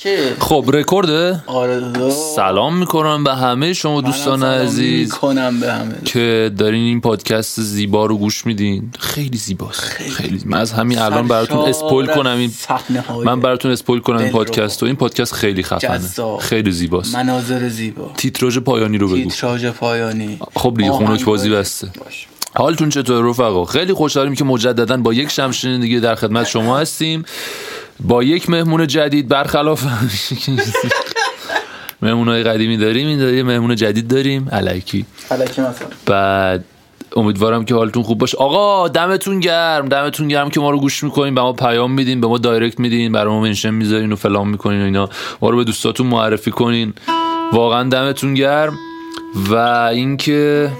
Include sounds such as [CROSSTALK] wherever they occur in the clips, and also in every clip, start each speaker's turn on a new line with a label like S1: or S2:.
S1: که
S2: خب رکورده
S1: آره
S2: سلام میکنم به همه شما دوستان عزیز
S1: کنم به همه
S2: که دارین این پادکست زیبا رو گوش میدین خیلی زیباست خیلی من از همین الان براتون اسپویل کنم این من
S1: من
S2: براتون اسپویل کنم این
S1: دلربا.
S2: پادکست و این پادکست خیلی خفنه
S1: جذاب.
S2: خیلی زیباست
S1: مناظر زیبا
S2: تیتراژ پایانی رو بگو
S1: تیتراژ پایانی
S2: خب دیگه
S1: آهنگ
S2: خنک بازی
S1: باشه.
S2: بسته
S1: باشه.
S2: حالتون چطور رفقا خیلی خوشحالیم که مجددا با یک شمشیر دیگه در
S1: [LAUGHS]
S2: خدمت شما هستیم با یک مهمون جدید برخلاف
S1: [LAUGHS]
S2: مهمونای قدیمی داریم این داریم مهمون جدید داریم الکی
S1: الکی مثلا
S2: بعد امیدوارم که حالتون خوب باشه آقا دمتون گرم دمتون گرم که ما رو گوش میکنین به ما پیام میدین به ما دایرکت میدین برای ما منشن میذارین و فلان میکنین و اینا ما رو به دوستاتون معرفی کنین واقعا دمتون گرم و اینکه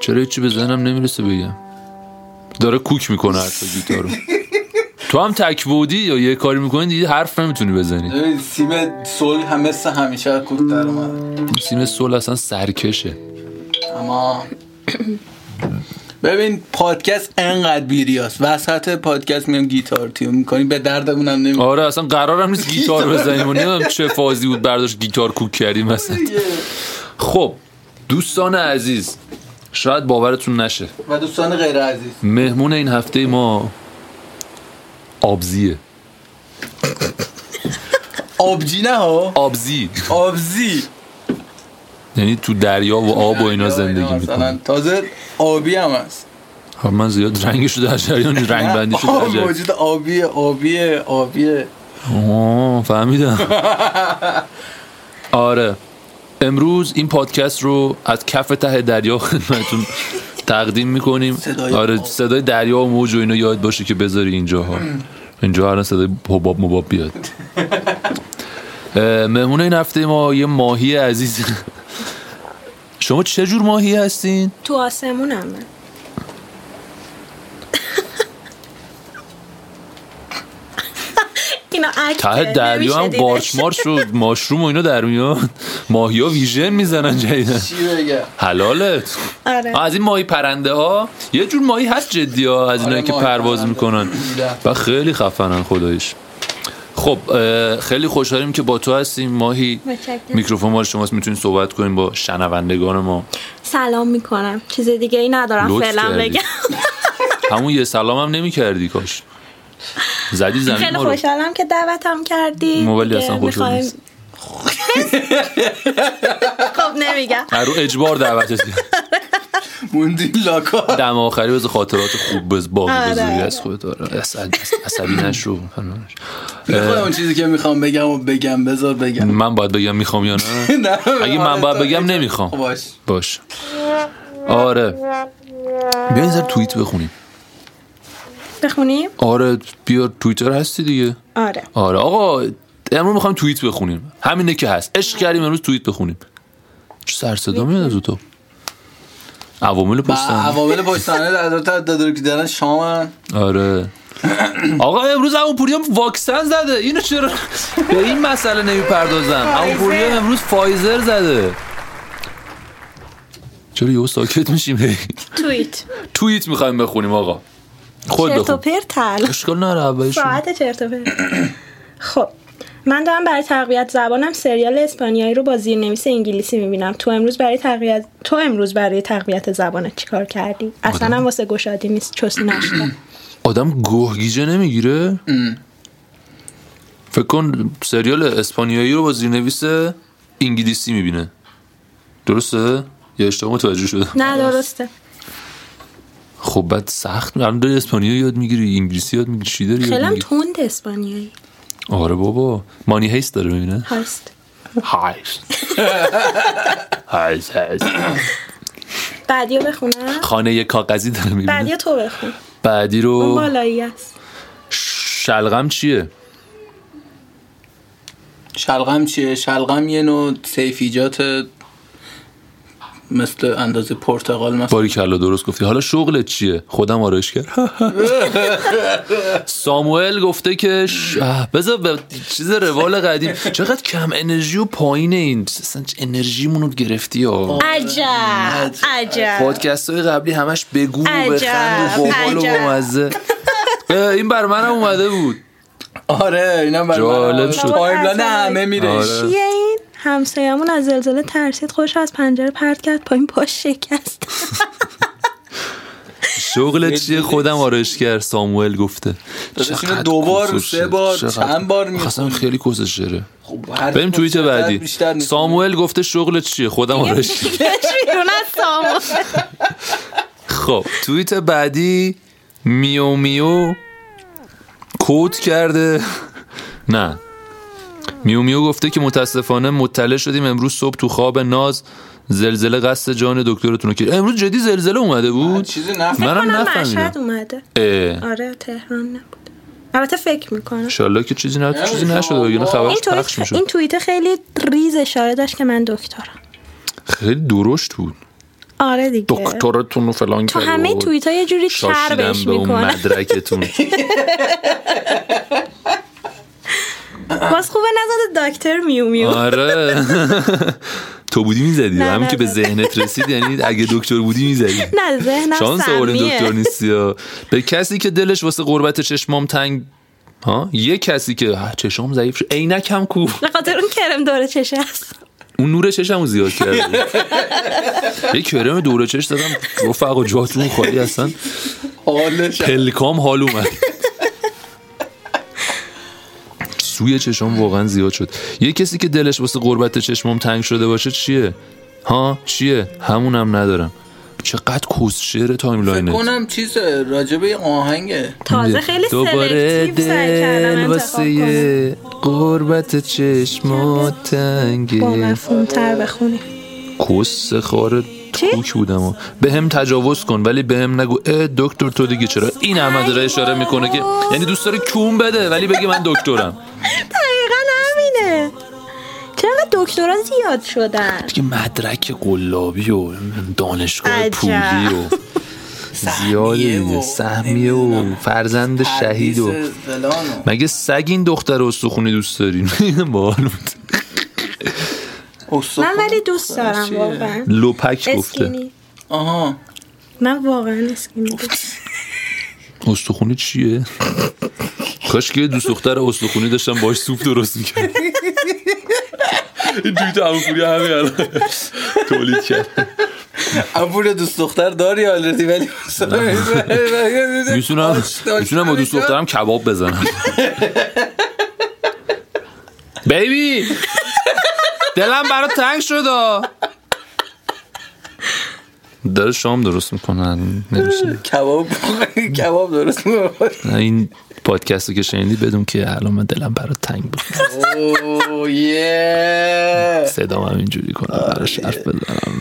S2: چرا هیچی به ذهنم نمیرسه بگم داره کوک میکنه حرف گیتارو تو هم تکبودی یا یه کاری میکنی دیگه حرف نمیتونی بزنی
S1: ببین، سیم سول هم مثل همیشه کوک در اومد
S2: سیم سول اصلا سرکشه
S1: اما ببین پادکست انقدر بیریاست وسط پادکست میام گیتار تیو میکنیم به دردمون هم نمی
S2: آره اصلا قرارم [LAUGHS] نیست گیتار بزنیم و نمیدونم چه فازی بود برداشت گیتار کوک کردیم مثلا خب دوستان عزیز شاید باورتون نشه
S1: و دوستان غیر عزیز
S2: مهمون این هفته ما آبزیه
S1: آبجی نه ها
S2: آبزی
S1: آبزی
S2: یعنی تو دریا و آب و اینا زندگی میکنه
S1: مثلا تازه آبی هم هست
S2: من زیاد رنگش رو در جریان رنگ بندی شد
S1: آب موجود آبی آبی آبی
S2: فهمیدم آره امروز این پادکست رو از کف ته دریا خدمتتون تقدیم میکنیم
S1: صدای
S2: آره
S1: آب.
S2: صدای دریا و موج و اینا یاد باشه که بذاری
S1: [CLEARS THROAT]
S2: اینجاها اینجا الان صدای حباب مباب
S1: [LAUGHS]
S2: بیاد اه، مهمون این هفته ما یه ماهی عزیز شما چه جور ماهی هستین؟
S3: تو آسمونم من اینا اکته
S2: ته دریا هم
S3: نمیشه
S2: قارچ
S3: دیدش.
S2: مارچ و ماشروم و اینا در میاد ماهی ها ویژن میزنن جدیدن
S1: چی بگم
S2: حلالت
S3: آره.
S2: از این ماهی پرنده ها یه جور ماهی هست جدی ها از اینایی
S1: آره،
S2: که
S1: ماهی
S2: پرواز
S1: پرنده.
S2: میکنن
S1: دیدم.
S2: و خیلی خفنن خدایش خب اه، خیلی خوشحالیم که با تو هستیم ماهی
S3: متشکرم.
S2: میکروفون مال شماست میتونین صحبت کنیم با شنوندگان ما
S3: سلام میکنم چیز دیگه ای ندارم
S2: لطف
S3: فعلا
S2: کردی.
S3: بگم
S2: همون یه سلام هم نمی کردی کاش زدی زمین
S3: خیلی
S2: ما رو
S3: خوشحالم که دعوتم کردی
S2: موبایلی
S3: دیگه
S2: اصلا خوشحال
S3: می‌خوایم-
S2: نیست.
S3: [LAUGHS] خب نمیگم
S2: هر رو اجبار دعوتت کرد.
S1: موندی لاکا
S2: دم آخری بذار خاطرات خوب بز باقی
S3: آره،
S2: بذاری
S3: آره.
S2: از خودت آره. عصبی عصبی نشو
S1: میخوام اون چیزی که میخوام بگم و بگم بذار بگم
S2: من باید بگم میخوام یا نه
S1: [LAUGHS] نه،
S2: اگه
S1: آره،
S2: من باید بگم نمیخوام.
S1: باش
S2: باش آره بیا یه ذره توییت بخونیم
S3: بخونیم
S2: آره بیا توییتر هستی دیگه
S3: آره
S2: آره آقا امروز میخوایم توییت بخونیم همینه که هست عشق کردیم امروز توییت بخونیم چه سر صدا میاد از تو عوامل
S1: با
S2: پستن
S1: عوامل پشت صحنه در دو تا دادر که دارن شام
S2: آره آقا امروز همون پوری هم واکسن زده اینو چرا به این مسئله نمیپردازم همون پوری هم امروز فایزر زده چرا یهو ساکت میشیم هی؟
S3: توییت
S2: توییت میخوایم بخونیم آقا خود
S3: چرت
S2: بخون
S3: و پرتل
S2: اشکال نره اولشون
S3: ساعت چرت و پرت. خب من دارم برای تقویت زبانم سریال اسپانیایی رو با زیرنویس انگلیسی میبینم تو امروز برای تقویت تو امروز برای تقویت زبانت چیکار کردی اصلا هم واسه گشادی نیست چوسی نشده
S2: آدم گوهگیجه نمیگیره فکر کن سریال اسپانیایی رو با زیرنویس انگلیسی میبینه درسته؟ یا اشتباه متوجه شده
S3: نه درسته
S2: خب بعد سخت الان داری اسپانیایی یاد میگیری انگلیسی یاد میگیری چی داری یاد
S3: خیلی هم
S2: می‌گیری؟
S3: تند اسپانیایی
S2: آره بابا مانی هیست داره میبینه
S3: هست
S2: [LAUGHS] هیست هیست هیست
S3: بعدی رو بخونم
S2: خانه کاغذی داره
S3: بعدی
S2: میبینه
S3: رو تو بخون
S2: بعدی
S3: اون
S2: رو
S3: بالایی است
S2: شلغم چیه
S1: شلغم چیه شلغم یه نوع سیفیجات مثل اندازه پرتقال مثلا
S2: باری کلا درست گفتی حالا شغلت چیه خودم آرایش کرد
S1: [LAUGHS]
S2: ساموئل گفته که ش... آه، بذار به چیز روال قدیم چقدر کم انرژی و پایین این اصلا چه انرژیمون رو گرفتی ها
S3: عجب عجب
S2: پادکست های قبلی همش بگو و
S3: عجب،
S2: بخند و باحال و
S3: عجب.
S2: بامزه اه، این بر منم اومده بود
S1: آره اینا برای
S2: جالب
S1: من-
S2: شد.
S1: تایملاین همه میره
S2: آره.
S3: چیه این همسایمون از زلزله ترسید خوش از پنجره پرت کرد پایین پاش شکست
S2: شغل چیه خودم آرایشگر ساموئل گفته
S1: داداش اینو
S2: چقدر
S1: دو بار،
S2: کسر
S1: سه
S2: شعر.
S1: بار،
S2: چقدر. خب،
S1: چند بار میخونی؟
S2: اصلا خیلی کوسش شعره
S1: خب، هر
S2: بریم
S1: کدوم
S2: توییت
S1: چقدر
S2: بعدی
S1: بیشتر می‌خونی؟
S2: ساموئل گفته شغل چیه خودم آرایشگر
S3: بهش [LAUGHS] بیرون از سامون
S2: خب توییت بعدی میو میو کود کرده [LAUGHS] نه میو میو گفته که متاسفانه مطلع شدیم امروز صبح تو خواب ناز زلزله قصد جان دکترتون رو کرد امروز جدی زلزله اومده بود
S1: چیزی نفهم
S2: منم
S3: کنم مشهد
S2: نفهمیدم
S3: اومده
S2: اه.
S3: آره تهران نبود البته فکر میکنم
S2: انشالله که چیزی نه چیزی
S1: نه،
S2: نشد وگرنه
S1: بابا.
S2: خبرش
S3: این
S2: پخش
S3: توییت این
S2: میشد
S3: توییت خیلی ریز اشاره داشت که من دکترم
S2: خیلی درشت بود
S3: آره دیگه
S2: دکترتون رو فلان
S3: تو
S2: کرد
S3: همه
S2: و
S3: توییت ها یه جوری چر
S2: شاشیدم
S3: بهش
S2: به اون
S3: میکنن
S2: مدرکتون
S3: باز خوبه نزد دکتر میو میو
S2: آره [LAUGHS] تو بودی میزدی
S3: نه،
S2: هم
S3: نه،
S2: که به
S3: نه.
S2: ذهنت رسید یعنی اگه دکتر بودی
S3: [LAUGHS]
S2: میزدی
S3: نه ذهنم
S2: شانس آوردیم دکتر
S3: سمیه
S2: نیستی ها. به کسی که دلش واسه قربت چشمام تنگ ها یه کسی که آه، چشمام ضعیف شد عینک هم کو
S3: به خاطر اون کرم داره چشه است
S2: اون نور چشمو زیاد
S3: [LAUGHS]
S2: کرده یه کرم دوره چش دادم رفقا جاتون خالی اصلا
S1: حالش
S2: پلکام حال اومد سوی چشم واقعا زیاد شد یه کسی که دلش واسه قربت چشمام تنگ شده باشه چیه ها چیه همونم ندارم چقدر کس شعر تایملاینه
S1: کنم چیز راجبه یه آهنگه
S3: تازه خیلی
S2: دوباره
S3: سلکتیو سعی
S2: دل
S3: کردم انتخاب کنم
S2: واسه قربت چشمات
S3: با
S2: تنگه
S3: مفهوم تر بخونی
S2: کس خاره
S3: چی؟
S2: توک بودم و به هم تجاوز کن ولی به هم نگو اه دکتر تو دیگه چرا این همه داره اشاره میکنه که یعنی دوست داره کون بده ولی بگه من دکترم
S3: دقیقا همینه چرا دکترا زیاد شدن
S2: که مدرک قلابی و دانشگاه
S3: عجب.
S2: پولی و
S1: سهمیه
S2: زیاده
S1: و
S2: سهمیه و
S1: نمی‌دونم.
S2: فرزند شهید و
S1: پردیس فلان و-
S2: مگه سگ این دختر استخونی دوست دارین [LAUGHS] باحال بود
S1: استخون.
S3: من ولی دوست دارم
S1: چیه؟
S3: واقعا
S2: لپک گفته
S3: اسکینی
S1: آها
S3: من واقعا اسکینی دوست
S2: استخونی چیه کاش که دوست دختر استخونی داشتم باش سوپ درست میکرد این دویت همونی همین الان تولید کرد
S1: ابور دوست دختر داری آلردی ولی
S2: میتونم
S1: داشت
S2: میتونم با دوست
S1: می‌شد.
S2: دخترم کباب بزنم بیبی دلم برا تنگ شده داره شام درست میکنن نمیشه
S1: [LAUGHS] کباب [LAUGHS] کباب درست می‌کنم.
S2: این پادکست رو که شنیدی بدون که الان من دلم برا تنگ بود
S1: اوه، یه
S2: صدام هم اینجوری کنم براش حرف بزنم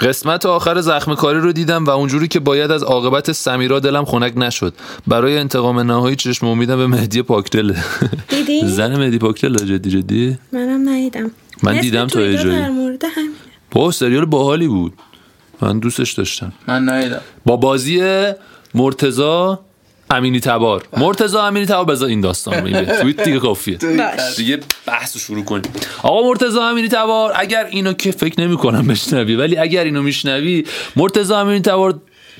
S2: قسمت آخر زخم کاری رو دیدم و اونجوری که باید از عاقبت سمیرا دلم خنک نشد برای انتقام نهایی چشم امیدم به مهدی پاکدل
S3: دیدی؟
S2: [LAUGHS] زن مهدی پاکدل جدی جدی
S3: منم ندیدم
S2: من
S3: نصف
S2: دیدم تا
S3: توییتا
S2: یه جایی.
S3: در مورد همین
S2: با سریال باحالی بود من دوستش داشتم
S1: من نایدم
S2: با بازی مرتزا امینی تبار مرتزا امینی تبار بذار این داستان رو این توییت دیگه کافیه
S3: باش
S2: دیگه بحث رو شروع کنیم آقا مرتزا امینی تبار اگر اینو که فکر نمی کنم بشنوی ولی اگر اینو میشنوی مرتزا امینی تبار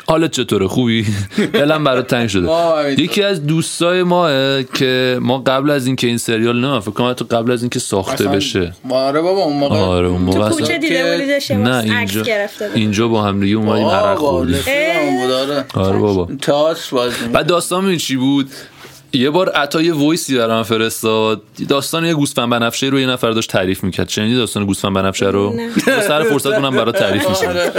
S2: حالت چطوره خوبی [LAUGHS] دلم برات تنگ شده
S1: وای تو.
S2: یکی از دوستای ما که ما قبل از اینکه این سریال نه فکر کنم حتی قبل از اینکه ساخته بشه
S1: آره بابا اون موقع
S2: آره اون موقع اصلا-
S3: کوچه
S1: که-
S3: دیده بودی داشته
S2: نه
S3: باز عکس
S2: اینجا
S3: گرفته بود
S2: اینجا با هم دیگه اومدیم عرق
S1: بابا
S2: خوردیم
S1: رفیقم بود، آره
S2: آره بابا
S1: تئاتر بازی
S2: بعد داستان می‌دونی چی بود یه بار عطا یه وایسی برام فرستاد داستان یه گوسفند بنفشه رو یه نفر داشت تعریف میکرد شنیدی داستان گوسفند بنفشه رو
S3: نه.
S2: با سر فرصت اونم برات تعریف میشه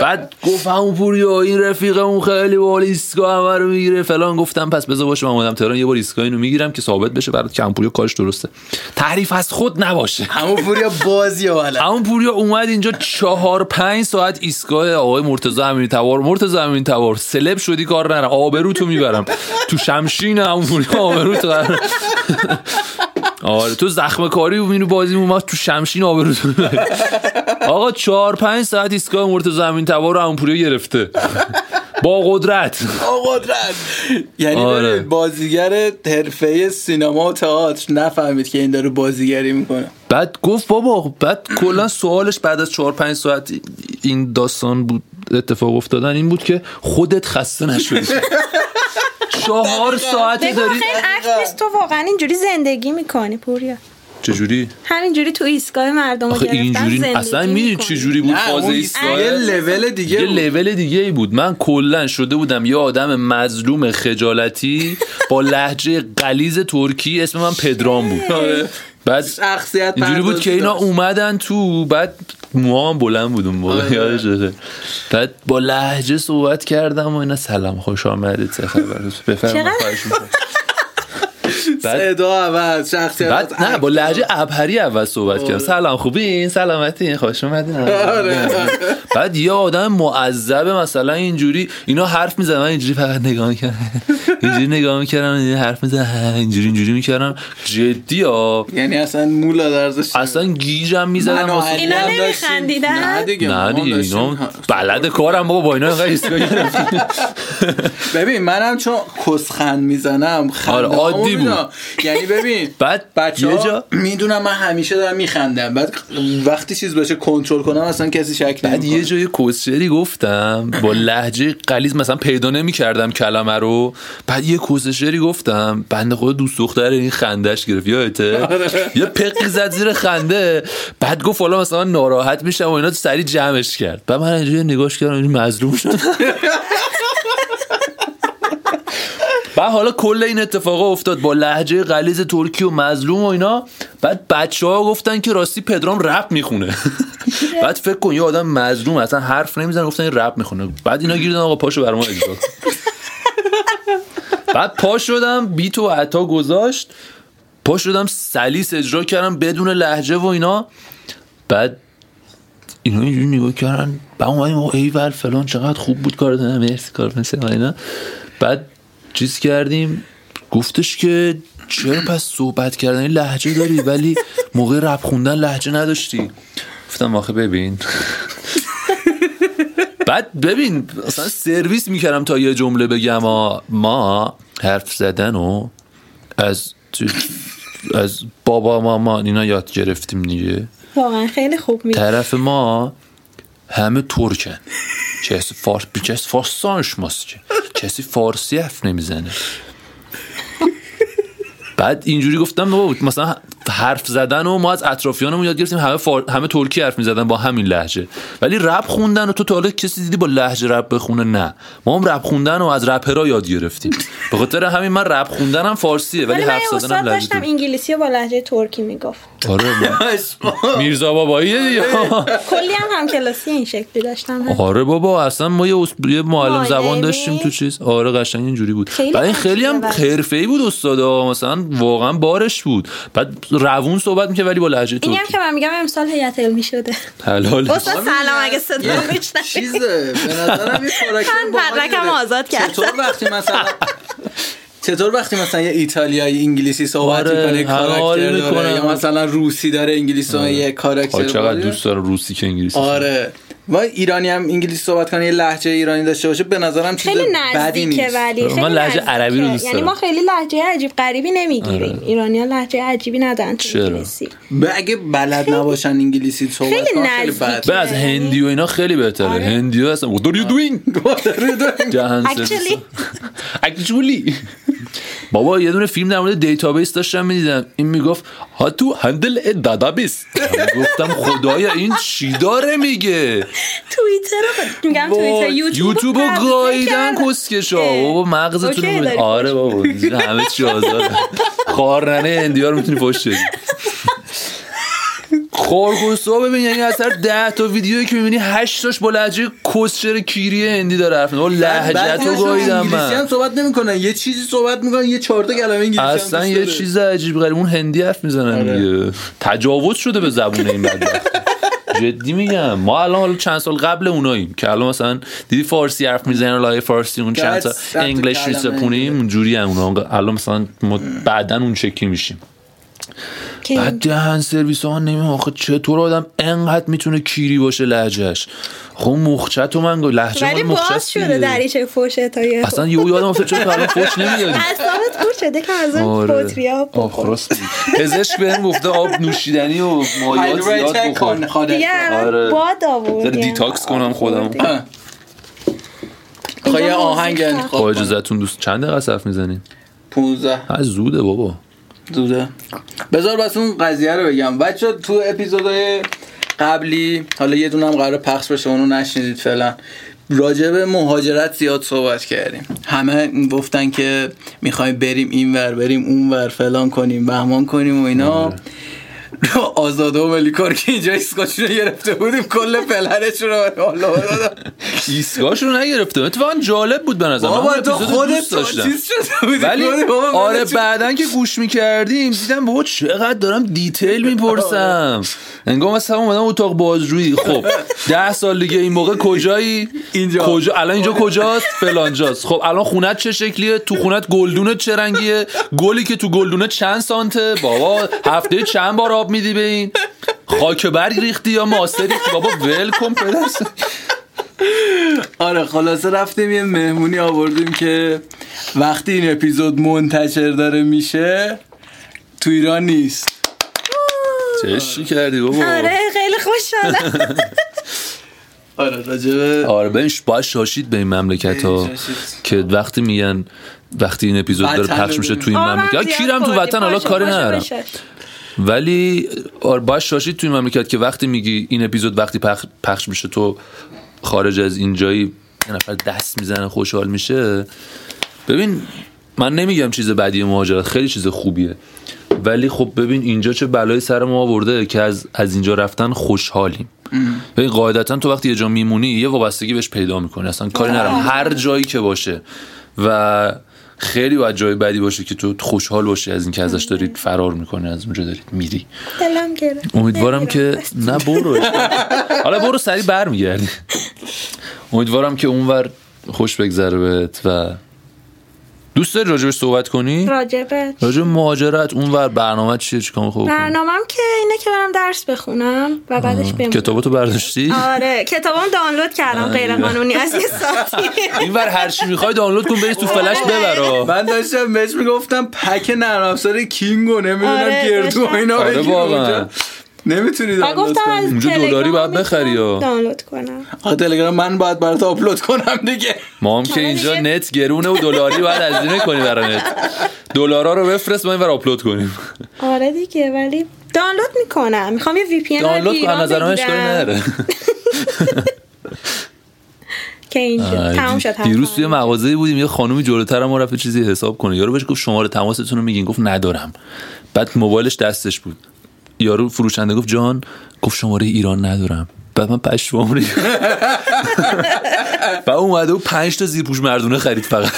S2: بعد گفت همون پوریا این رفیقمون خیلی با ایستگاه همه رو میگیره فلان گفتم پس بذار باشه من اومدم تهران یه بار ایستگاه اینو میگیرم که ثابت بشه برات که همون پوریا کارش درسته تعریف از خود نباشه
S1: همون پوریا بازی والا
S2: همون پوریا اومد اینجا چهار پنج ساعت ایستگاه آقای مرتضی امین توار مرتضی امین توار سلب شدی کار نرم آبرو تو میبرم تو شمشین همون پوریا آبرو تو قرار- آره تو زخم کاری و اینو بازی اومد تو شمشین آبرو تو می‌بری. آقا چهار پنج ساعت ایستگاه مرتضی امین توار رو همون پوریا گرفته با قدرت
S1: آقا قدرت یعنی
S2: آره.
S1: ببین، بازیگر حرفه سینما و تئاتر نفهمید که این داره بازیگری میکنه
S2: بعد گفت بابا بعد کلا سوالش بعد از چهار پنج ساعت این داستان بود اتفاق افتادن این بود که خودت خسته نشدی چهار ساعته
S3: بگو
S2: داری
S3: آخه این عکس نیست، تو واقعا اینجوری زندگی میکنی پوریا
S2: چجوری
S3: همینجوری تو ایستگاه مردم رو
S2: آخه
S3: گرفتن
S2: اینجوری
S3: زندگی
S2: اصلا میدونی
S3: می‌کنی.
S2: چجوری بود
S1: نه،
S2: فاز
S1: اون یه
S2: ایستگاه
S1: لول دیگه
S2: یه
S1: بود.
S2: لول دیگه ای بود من کلا شده بودم یه آدم مظلوم خجالتی با لحجه قلیز ترکی اسم من
S1: [LAUGHS]
S2: پدرام بود
S1: آره.
S2: بعد
S1: شخصیت
S2: اینجوری بود
S1: پردازی
S2: که اینا
S1: داشت.
S2: اومدن تو بعد موهام بلند بود اون موقع
S1: آره.
S2: یادش باشه. بعد با لحجه صحبت کردم و اینا سلام خوش آمدید چه خبر بفرمایید
S3: چقدر؟
S2: خواهش می‌کنم. بعد
S1: صدا عوض شخصیت
S2: بعد نه با لحجه ابهری اول صحبت کردم سلام خوبین سلامتی خوش اومدین آره.
S1: آره.
S2: بعد یه آدم معذب مثلا اینجوری اینا حرف میزدن من اینجوری فقط نگاه میکردم اینجوری نگاه میکردم اینجوری حرف میزدن اینجوری اینجوری میکردم جدی ها
S1: یعنی اصلا مولا درزش
S2: اصلا گیجم میزدم واسه
S3: اینا نمی‌خندیدن؟
S1: نه دیگه ما
S2: نه دیگه
S1: داشتیم. خب.
S2: اینا بلد کارم بابا با اینا
S1: [LAUGHS]
S2: اینقدر ایستگاه گرفتم.
S1: ببین منم چون کسخند میزنم خنده
S2: آره، عادی
S1: هامو
S2: بود.
S1: می‌دونم. یعنی ببین
S2: [LAUGHS] بعد
S1: بچه
S2: یه
S1: ها
S2: جا-
S1: میدونم من همیشه دارم میخندم بعد وقتی چیز باشه کنترل کنم اصلا کسی شک
S2: بعد یه
S1: نمیکنه
S2: جای کسشری گفتم با لحجه قلیز مثلا پیدا نمیکردم کلمه رو بعد یه کسشری گفتم بنده خود دوست دختر این خندش گرفت
S1: [LAUGHS]
S2: یادته یه پقی زد زیر خنده بعد گفت حالا مثلا ناراحت میشم و اینا سری جمعش کرد بعد من اینجوری نگاش کردم اینجوری مظلوم شدم بعد حالا کل این اتفاق افتاد با لحجه غلیز ترکی و مظلوم و اینا بعد بچه ها گفتن که راستی پدرام رپ میخونه بعد فکر کن یه آدم مظلوم اصلا حرف نمیزنه گفتن این رپ میخونه بعد اینا گیر دادن آقا پاشو برام اجرا کن. بعد پا شدم بیت و عطا گذاشت پا شدم سلیس اجرا کردم بدون لحجه و اینا بعد اینا اینجوری نگاه کردن بعد اومدیم آقا ایول فلان چقدر خوب بود کارت نه مرسی کارت مرسی و اینا بعد چیز کردیم گفتش که چرا پس صحبت کردن لحجه داری ولی موقع رپ خوندن لحجه نداشتی گفتم آخه ببین بعد ببین اصلا سرویس میکردم تا یه جمله بگم آ، ما حرف زدن و از تو- از بابا ماما اینا یاد گرفتیم دیگه
S3: واقعا خیلی خوب میگه
S2: طرف ما همه ترکن کسی فارس bir کس فارس danışmaz ki. کسی فارسی حرف نمیزنه بعد اینجوری گفتم بابا مثلا حرف زدن و ما از اطرافیانمون یاد گرفتیم همه فار... همه ترکی حرف میزدن با همین لحجه ولی رپ خوندن و تو تا حالا کسی دیدی با لحجه رپ بخونه نه ما هم رپ خوندن و از رپرها یاد گرفتیم به خاطر همین من رپ خوندنم فارسیه ولی
S3: ولی من
S2: حرف
S3: یه
S2: زدنم
S3: استاد
S2: لحجه
S3: داشتم
S2: ترکی.
S3: انگلیسی رو با لحجه ترکی میگفت
S2: آره [LAUGHS] میرزا باباییه
S3: آره.
S2: دیگه
S3: کلی هم همکلاسی این شکلی داشتم
S2: آره بابا اصلا ما یه, اس... یه معلم
S3: معلمی؟
S2: زبان داشتیم تو چیز آره قشنگ اینجوری بود
S3: خیلی
S2: بعد این
S3: عجیبه
S2: خیلی هم
S3: ولی.
S2: حرفه بود استادا مثلا واقعا بارش بود بعد روون صحبت میکرد ولی با لهجه
S3: این
S2: ترکی خب،
S3: هم که من میگم امسال هیئت علمی شده
S2: حلال
S3: استاد سلام اگه صدا میشنوید
S1: چیزه به نظرم یه خوراکی
S3: من
S1: باحالی داره.
S3: بدرکم آزاد کردم.
S1: چطور وقتی مثلا چطور وقتی مثلا یه ایتالیایی انگلیسی صحبت
S2: آره،
S1: میکنه
S2: حال
S1: کاراکتر داره
S2: می‌کنه.
S1: یا مثلا روسی داره انگلیسی یه کاراکتر
S2: آه، چقدر
S1: داره.
S2: دوست دارم روسی که انگلیسی
S1: آره و ایرانی هم انگلیسی صحبت کنه یه لحجه ایرانی داشته باشه به نظرم چیز
S3: خیلی
S1: بدی
S3: نزدیکه
S1: نیست
S2: من
S3: ولی خیلی
S2: خب، لهجه
S3: نزدیکه.
S2: عربی رو دوست
S3: یعنی ما
S2: دارم. آره.
S3: خیلی لحجه عجیب غریبی نمیگیریم ایرانی ها لحجه عجیبی ندارن تو
S2: چرا؟
S3: انگلیسی
S1: ب- اگه بلد نباشن انگلیسی صحبت
S3: خیلی
S1: کنن خیلی
S3: نزدیکه.
S1: بد
S2: به از هندی و اینا خیلی بهتره
S3: آره.
S2: هندی ها اصلا what are you doing جهان سرویس.
S3: Actually.
S2: Actually. بابا یه دونه فیلم در مورد دیتابیس داشتم میدیدم این میگفت ها تو هندل داتابیس
S3: [LAUGHS]
S2: من گفتم خدایا این چی داره میگه
S3: توییتر رو میگم توییتر یوتیوب
S2: یوتیوب
S3: رو قبض
S2: رو گاییدن
S3: نکردن.
S2: کسکشا
S3: اه.
S2: بابا مغزتون
S3: اوکی
S2: رو
S3: داری
S2: بده. آره بابا اینجوری [LAUGHS] همه چی آزاد خارننه هندیا رو میتونی پشت
S3: [LAUGHS]
S2: بدی خورکوسا ببین یعنی از هر ده تا ویدیویی که میبینی هشت تاش با لحجه کسچر کیری هندی داره حرف میزنه بابا لهجه
S1: بعضیاشون
S2: تو گاییدم
S1: انگلیسی
S2: من
S1: هم صحبت نمیکنن یه چیزی صحبت میکنن یه چهار تا کلمه انگلیسی هم
S2: اصلا
S1: دوست
S2: یه
S1: داره.
S2: چیز عجیب غریب اون هندی حرف میزنن
S1: آره.
S2: دیگه تجاوز شده به زبون این بدبخت جدی میگم ما الان حالا چند سال قبل اوناییم که الان مثلا دیدی فارسی حرف میزنن لای فارسی اون چند
S1: بعد
S2: تا
S1: ثبت
S2: انگلیش
S1: کلمه
S2: میسپونیم اونجوری هم اونا الان مثلا ما بعدا اون شکلی میشیم
S3: که
S2: بعد دهن سرویس ها نمیدونم آخه چطور آدم انقدر میتونه کیری باشه لهجهش خب مخچت و من گفت لهجه
S3: ولی
S2: مال مخچت
S3: باز شده
S2: دیگه.
S3: دریچه فوشتای
S2: اصلا یه یادم افتاد چرا تو الان فوش نمیدادی
S3: اصابت خورد شده که از اون
S2: آره.
S3: فوتریا
S2: آخ راست میگی. پزشک بهم گفته آب نوشیدنی و مایات
S1: Hydrate
S2: زیاد بخور
S1: کن خب، خودت.
S3: دیگه
S2: آره.
S3: باد آورد یعنی
S2: ذره دیتاکس کنم خودم.
S1: آه.
S2: خب
S1: آقا یه آهنگ یعنی
S3: موزیک
S2: با
S1: انتخاب کن.
S2: خب، اجازهتون دوست چند دقیقه است حرف میزنیم
S1: 15
S2: از زوده بابا
S1: زوده بذار بس اون قضیه رو بگم بچه تو اپیزودهای قبلی حالا یه دونه هم قرار پخش بشه اونو نشنیدید فعلا راجع به مهاجرت زیاد صحبت کردیم همه گفتن که میخوایم بریم این ور بریم اون ور فلان کنیم بهمان کنیم و اینا [LAUGHS] آزاده و ملیکار که اینجا ایسکاچون رو گرفته بودیم کل پلنشون رو برای حالا
S2: [LAUGHS]
S1: دادم
S2: ایستگاهش رو نگرفتم اتفاقا جالب بود به نظر من.
S1: بابا
S2: من
S1: تو
S2: اپیزود
S1: خودت
S2: دوست داشتم
S1: چیز شده بودی
S2: ولی
S1: گفتی بابا من
S2: آره
S1: چی-
S2: بعدا که گوش میکردیم دیدم بابا چقدر دارم دیتیل میپرسم انگار مثلا اومدم اتاق بازجویی خب ده سال دیگه این موقع کجایی
S1: اینجا.
S2: کجا الان اینجا کجاست فلانجاست خب الان خونت چه شکلیه تو خونت گلدونت چه رنگیه گلی که تو گلدونه چند سانته بابا هفته چند بار آب میدی به این خاک برگ ریختی یا ماسه ریختی بابا ول کن پدرس.
S1: آره خلاصه رفتیم یه مهمونی آوردیم که وقتی این اپیزود منتشر داره میشه تو ایران نیست
S2: چه شی کردی
S1: خب.
S2: بابا
S3: آره خیلی
S2: [LAUGHS]
S3: خوشحالم
S1: آره راجبه
S2: آره بنش باید شاشید به این مملکت ها
S1: باید شاشید.
S2: که وقتی میگن وقتی این اپیزود
S1: وطن
S2: داره پخش
S1: رو
S2: میشه
S1: ببین.
S2: تو این مملکت آه، کیرم تو وطن حالا کاری ندارم ولی آره باید شاشید تو این مملکت که وقتی میگی این اپیزود وقتی پخ- پخش میشه تو خارج از اینجایی یه نفر دست میزنه خوشحال میشه ببین من نمیگم چیز بدی مهاجرت خیلی چیز خوبیه ولی خب ببین اینجا چه بلایی سر ما آورده که از از اینجا رفتن خوشحالیم ببین قاعدتا تو وقتی یه جا میمونی یه وابستگی بهش پیدا میکنی اصلا کاری نرم هر جایی که باشه و خیلی باید جای بدی باشه که تو خوشحال باشی از اینکه ازش دارید فرار میکنی از اونجا دارید میری
S3: دلم گرفت
S2: امیدوارم که نه برو حالا برو سریع برمیگردی امیدوارم که اونور خوش بگذره بهت و دوست داری راجبش صحبت کنی
S3: راجبه
S2: راجب مهاجرت اونور برنامه چیه چیکار خوب
S3: برنامه‌ام که اینه که برم درس بخونم و بعدش بمونم
S2: کتاباتو برداشتی
S3: آره کتابم دانلود
S2: آره.
S3: کردم غیر قانونی از یه
S2: [LAUGHS]
S3: ساعتی
S2: اینور هر چی میخوای دانلود کن بری تو فلش
S3: آره.
S2: ببر
S1: من داشتم بهش میگفتم پک نرم افزار کینگو نمیدونم
S3: آره،
S1: گردو و اینا
S2: آره،
S1: بگیر
S2: واقعا.
S1: اونجا. نمیتونی
S3: و
S1: دانلود
S3: گفتم از
S1: کنی
S2: اونجا
S3: تلگرام
S2: دلاری باید
S3: میتونم
S2: بخری، یا؟
S3: دانلود کنم
S1: آقا تلگرام من باید برات آپلود کنم دیگه
S2: ما هم که
S3: آره
S2: اینجا
S3: دیگه.
S2: نت گرونه و دلاری باید هزینه کنی برای نت دلارا رو بفرست ما اینور آپلود کنیم
S3: آره دیگه ولی دانلود میکنم میخوام یه وی پی ان
S2: دانلود کن نظر من اشکالی نداره
S3: که اینجا تموم شد حرفم.
S2: دیروز توی مغازه بودیم یه خانومی جلوتر ما رفت یه چیزی حساب کنه یارو بهش گفت شماره تماستون رو میگین گفت ندارم بعد موبایلش دستش بود یارو فروشنده گفت جان گفت شماره ایران ندارم بعد من پشمام ریخت [LAUGHS] و اومده و پنج تا زیرپوش مردونه خرید فقط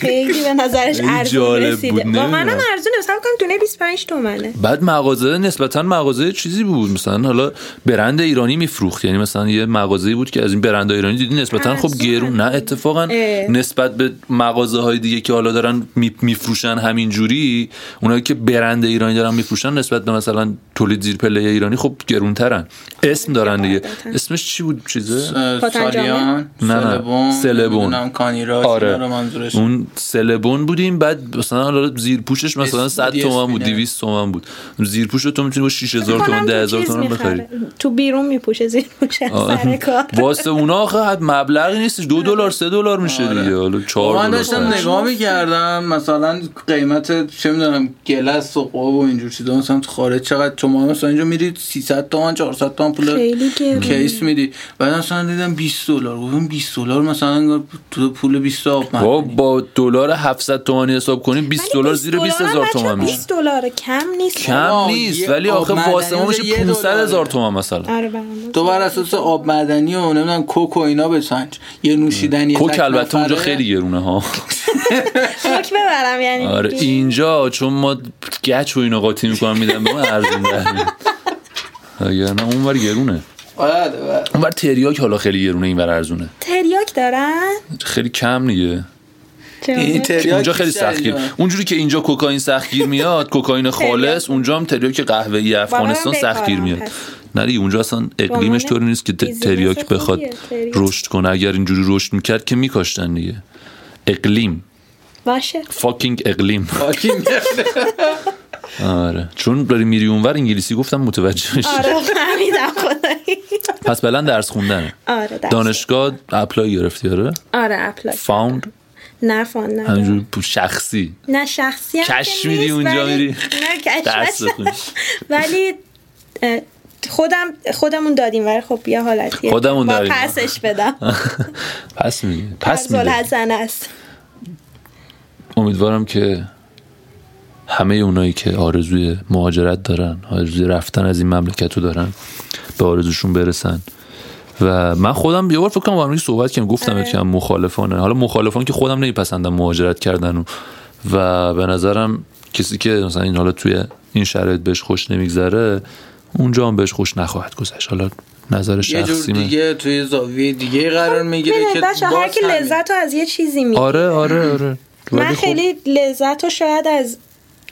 S3: خیلی به نظرش
S2: خیلی
S3: ارزون
S2: جالب بود،
S3: رسیده با منم
S2: نمیدونم.
S3: ارزونه مثلا کنم دونه 25 تومنه
S2: بعد مغازه نسبتا مغازه چیزی بود مثلا حالا برند ایرانی میفروخت یعنی مثلا یه مغازه بود که از این برند ایرانی دیدی نسبتا خب
S3: ارزون
S2: گرون نه اتفاقا
S3: اه.
S2: نسبت به مغازه های دیگه که حالا دارن می- میفروشن همین جوری اونایی که برند ایرانی دارن میفروشن نسبت به مثلا تولید زیر پله ایرانی خب گرونترن اسم دارن دیگه
S3: قاعدتا.
S2: اسمش چی بود چیزه
S3: پاتنجامه؟
S1: سالیان
S2: نه، نه.
S1: سلبون
S2: سلبون. آره.
S1: نمیدونم کانیراش اینا رو منظورش
S2: اون سلبون بودیم بعد مثلا حالا زیر پوشش مثلا
S1: اسم
S2: 100
S1: دیگه
S2: تومن بود
S1: اسمی نه.
S2: 200 تومن بود زیر پوش رو تو میتونی با 6000
S3: کنم
S2: تومن
S3: تو
S2: 10000
S3: چیز
S2: تومن
S3: می‌خره.
S2: بخری
S3: تو بیرون میپوشه زیر پوشه
S2: آه.
S3: سر
S2: [LAUGHS]
S3: کار
S2: آره.
S3: آره.
S2: واسه اونا آخه حد مبلغی نیست دو دلار سه دلار میشه
S1: آره.
S2: دیگه حالا
S1: من
S2: 4
S1: داشتم
S2: دلار
S1: نگاه میکردم مثلا قیمت چه میدونم گلس و قاب و اینجور چیزا مثلا تو خارج چقدر شما مثلا اینجا میرید 300 تومن 400 تومن پول
S3: خیلی گرون
S1: کیس میدی بعد مثلا دیدم 20 دلار گفتم 20 دلار مثلا انگار تو پول 20 تا آب من.
S2: با با دلار 700 تومانی حساب کنی 20 دلار زیر 20000 تومن میشه
S3: 20 دلار کم نیست
S2: کم
S1: آه،
S2: نیست
S1: یه
S2: ولی
S1: آب
S2: آخه
S1: معدنی
S2: واسه ما
S1: اونجا
S2: میشه
S1: یه
S2: 500
S1: دلاره.
S2: هزار تومن مثلا
S3: آره برام
S1: تو بر اساس آب معدنی و نمیدونم کوک و اینا بسنج یه نوشیدنی
S2: کوک
S1: تک
S2: البته اونجا
S1: نفره.
S2: خیلی گرونه ها
S3: یک ببرم یعنی
S2: آره
S3: دیگه.
S2: اینجا چون ما گچ و اینو قاطی میکنم میدم به من ارزون در میاد. وگرنه اونور گرونه
S1: آره، آره.
S2: اونور تریاک حالا خیلی گرونه اینور ارزونه
S3: تریاک دارن
S2: خیلی کم دیگه
S1: این تریاک
S2: اونجا خیلی
S1: بیشتر
S2: سختگیر
S1: اینجا.
S2: اونجوری که اینجا کوکائین سختگیر میاد کوکائین خالص اونجا هم تریاک قهوه‌ای افغانستان
S3: بکارم
S2: سختگیر میاد
S3: پس.
S2: نه دیگه، اونجا اصلا اقلیمش
S3: عنوان
S2: طوری نیست که ت-
S3: بیزینس
S2: تریاک
S3: خوبیه،
S2: بخواد
S3: تریاک.
S2: رشد کنه اگر اینجوری رشد میکرد که میکاشتن دیگه اقلیم
S3: باشه
S2: فاکینگ اقلیم
S1: خاکی می‌رفته.
S2: آره چون داری میری اونور انگلیسی گفتم متوجه شی.
S3: آره فهمیدم خدایی
S2: پس بلن درس خوندن
S3: آره درست.
S2: دانشگاه اپلای گرفتی آره
S3: آره اپلای
S2: فاوند
S3: نه فان نه
S2: همینجوری پو- شخصی
S3: نه شخصی هم
S2: کش
S3: که
S2: میدی
S3: نیست،
S2: اونجا
S3: ولی-
S2: میری.
S3: نه کش [LAUGHS]
S2: درس
S3: نه.
S2: بخونی.
S3: ولی اه، خودم خودمون دادیم ولی خب یه حالتیه
S2: خودمون
S3: با
S2: دادیم.
S3: پسش بدم
S2: پس میدی پس میدی
S3: حسن است
S2: امیدوارم که همه اونایی که آرزوی مهاجرت دارن آرزوی رفتن از این مملکت رو دارن به آرزوشون برسن و من خودم یه بار فکر کنم با هم دیگه صحبت کردم گفتم
S3: آره.
S2: که هم مخالفانه حالا مخالفان که خودم نمیپسندم مهاجرت کردن و و به نظرم کسی که مثلا این حالا توی این شرایط بهش خوش نمیگذره اونجا هم بهش خوش نخواهد گذشت حالا نظر
S1: یه جور
S2: شخصی من.
S1: دیگه توی زاویه دیگه قرار میگیره که
S3: بچه هر
S1: باز
S3: کی
S1: همین.
S3: لذت رو از یه چیزی می
S2: آره آره آره
S3: من
S2: ولی خب-
S3: خیلی لذت رو شاید از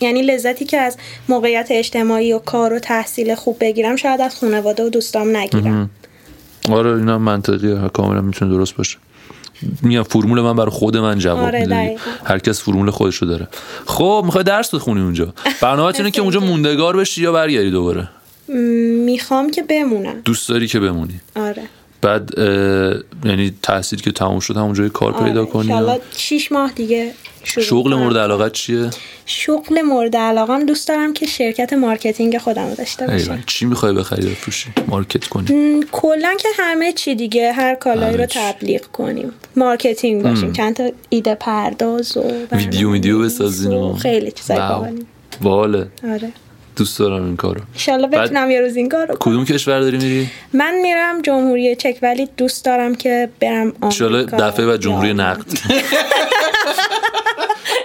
S3: یعنی لذتی که از موقعیت اجتماعی و کار و تحصیل خوب بگیرم شاید از خانواده و دوستام نگیرم
S2: آره اینا منطقیه کاملا میتونه درست باشه میگم فرمول من برای خود من جواب
S3: آره،
S2: میده
S3: دقیقاً.
S2: هر کس فرمول خودش رو داره خب میخوای درس بخونی اونجا برنامه اینه که اونجا موندگار بشی یا برگردی دوباره
S3: م، میخوام که بمونم
S2: دوست داری که بمونی
S3: آره
S2: بعد اه، یعنی تحصیل که تموم شد همونجا یه کار پیدا
S3: آره
S2: کنی
S3: انشالله
S2: یا-
S3: شیش ماه دیگه شروع
S2: شغل
S3: کنم.
S2: مورد علاقت چیه
S3: شغل مورد علاقم دوست دارم که شرکت مارکتینگ خودم رو داشته باشم
S2: ایوان. چی میخوای بخری بفروشی مارکت کنی
S3: م، کلا که همه چی دیگه هر کالایی
S2: همه
S3: رو
S2: چی.
S3: تبلیغ کنیم مارکتینگ باشیم چند تا ایده پرداز و برنامه‌ریز
S2: ویدیو ویدیو بسازین
S3: و
S2: و
S3: خیلی چیزای
S2: واو.
S3: باحالی.
S2: باحاله
S3: آره
S2: دوست دارم این کارو
S3: انشالله
S2: بعد-
S3: بتونم یه روز این کار رو کنم.
S2: کدوم کشور داری میری
S3: من میرم جمهوری چک ولی دوست دارم که برم آمریکا
S2: انشالله دفعه بعد جمهوری
S3: یا-
S2: نقد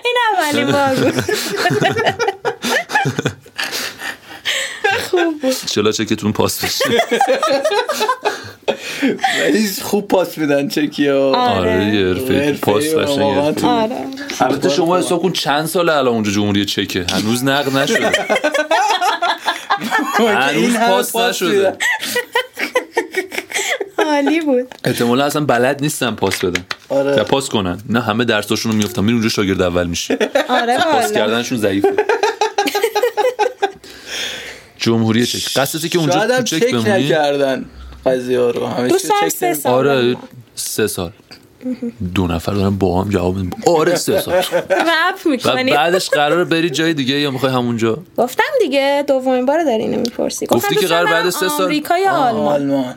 S3: این اولین بار بود خوب بود
S2: چلا چکتون پاس [LAUGHS] بشه
S1: ولی خوب پاس میدن چکیه
S3: آره.
S2: آره یه حرفه
S1: حرفه
S2: پاس
S1: ای و
S2: قشنگ
S1: واقعا
S2: گرفتی.
S1: تو-
S3: آره
S2: البته شما حساب کن چند سال الان اونجا جمهوری چکه هنوز نقد نشده
S1: [LAUGHS]
S2: هنوز پاس نشده
S3: عالی بود
S2: احتمالا اصلا بلد نیستن پاس بدن
S1: آره.
S2: نه پاس کنن نه همه درساشون رو میفتن میرن اونجا شاگرد اول
S1: [LAUGHS]
S2: میشه
S3: آره
S2: پاس
S3: والا
S2: کردنشون ضعیفه جمهوری چک قصدته که اونجا
S1: شاید
S2: تو
S1: هم
S2: چک
S1: چک
S2: بمونی
S1: نکردن قضیه ها رو همه
S3: دوست
S1: چی
S3: دارم
S1: چک
S3: سه
S1: نمی-
S3: سال
S2: آره
S3: بمونم.
S2: سه سال دو نفر دارن با هم جواب میدن. آره سه
S1: [LAUGHS]
S2: سال
S3: رپ
S2: و
S3: میکنی
S2: بعدش قراره بری جای دیگه یا میخوای همونجا
S3: گفتم دیگه دومین بار داری اینو میپرسی گفتم
S2: گفتی که
S3: دوست
S2: قرار
S3: دارم
S2: بعد سه سال-
S3: آمریکا یا
S2: آه.
S3: آلمان
S1: آلمان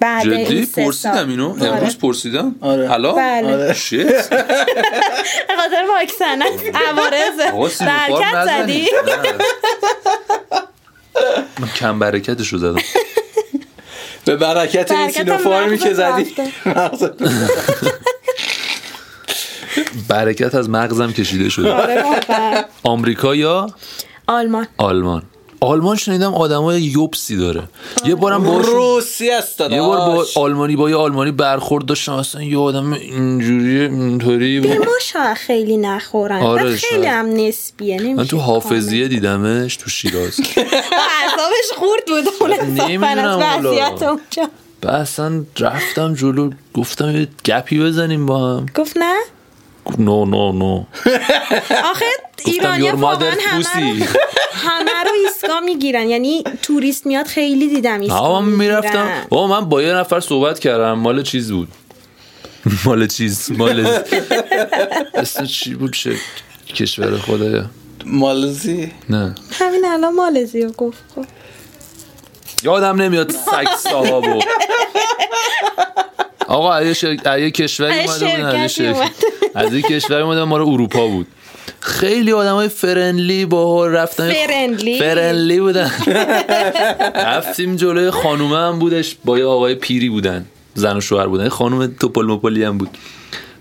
S3: بعد این
S2: جدی
S3: سه
S2: پرسیدم
S3: سال.
S2: اینو
S3: آره.
S2: امروز پرسیدم
S1: آره.
S2: الان
S3: بله.
S1: آره.
S2: شیت
S3: به خاطر واکسن است.
S2: آقا
S3: عوارض
S2: سینوفارم
S3: برکت
S2: نزنید.
S3: زدی
S2: نه. من کم برکتش رو زدم
S1: به برکت این
S3: برکت
S1: سینوفارمی
S3: مغزت
S1: که زدی
S3: رفته.
S1: مغزت
S2: برکت از مغزم کشیده شده [LAUGHS]
S3: آره واقعا.
S2: آمریکا یا
S3: آلمان
S2: آلمان آلمان شنیدم آدمای یوبسی داره یه بارم باهاشون
S1: روسی است
S2: یه بار با
S1: داداش.
S2: آلمانی با یه آلمانی برخورد داشتم اصلا یه آدم اینجوری اینطوری بود.
S3: به ما شاید خیلی نخورن
S2: آره،
S3: بعد خیلی
S2: شاید.
S3: هم نسبیه نمیشه
S2: من تو حافظیه دیدمش تو
S3: [LAUGHS]
S2: شیراز
S3: کامل. اعصابش خورد بود اون
S2: نمی‌دونم
S3: اصلا از
S2: والا.
S3: وضعیت اونجا
S2: بعد اصلا رفتم جلو گفتم یه گپی بزنیم با هم
S3: گفت نه
S2: نو نو نو
S3: آخه
S2: گفتم
S3: ایرانی
S2: یور مادر
S3: واقعا همه رو
S2: پوسی
S3: همه رو ایسکا میگیرن یعنی توریست میاد خیلی
S2: [LAUGHS]
S3: دیدم ایسکا
S2: آقا من
S3: میگیرن.
S2: میرفتم بابا من با یه نفر صحبت کردم مال چیز بود [LAUGHS] مال چیز [LAUGHS] مال اسم چی بود چه کشور خدایا
S1: مالزی
S2: نه
S3: همین الان مالزی رو گفت خب.
S2: یادم نمیاد سکس ها بود آقا از یه شر- از یه کشوری
S3: از
S2: اومده بودن از یه
S3: شرکتی
S2: شرکت-
S3: اومده.
S2: از یه کشوری اومده بودن، مال اروپا بود خیلی آدم های فرنلی با رفتن
S3: فرندلی.
S2: فرنلی بودن رفتیم جلوی خانومه هم بودش با یه آقای پیری بودن زن و شوهر بودن یه خانوم توپل مپلی هم بود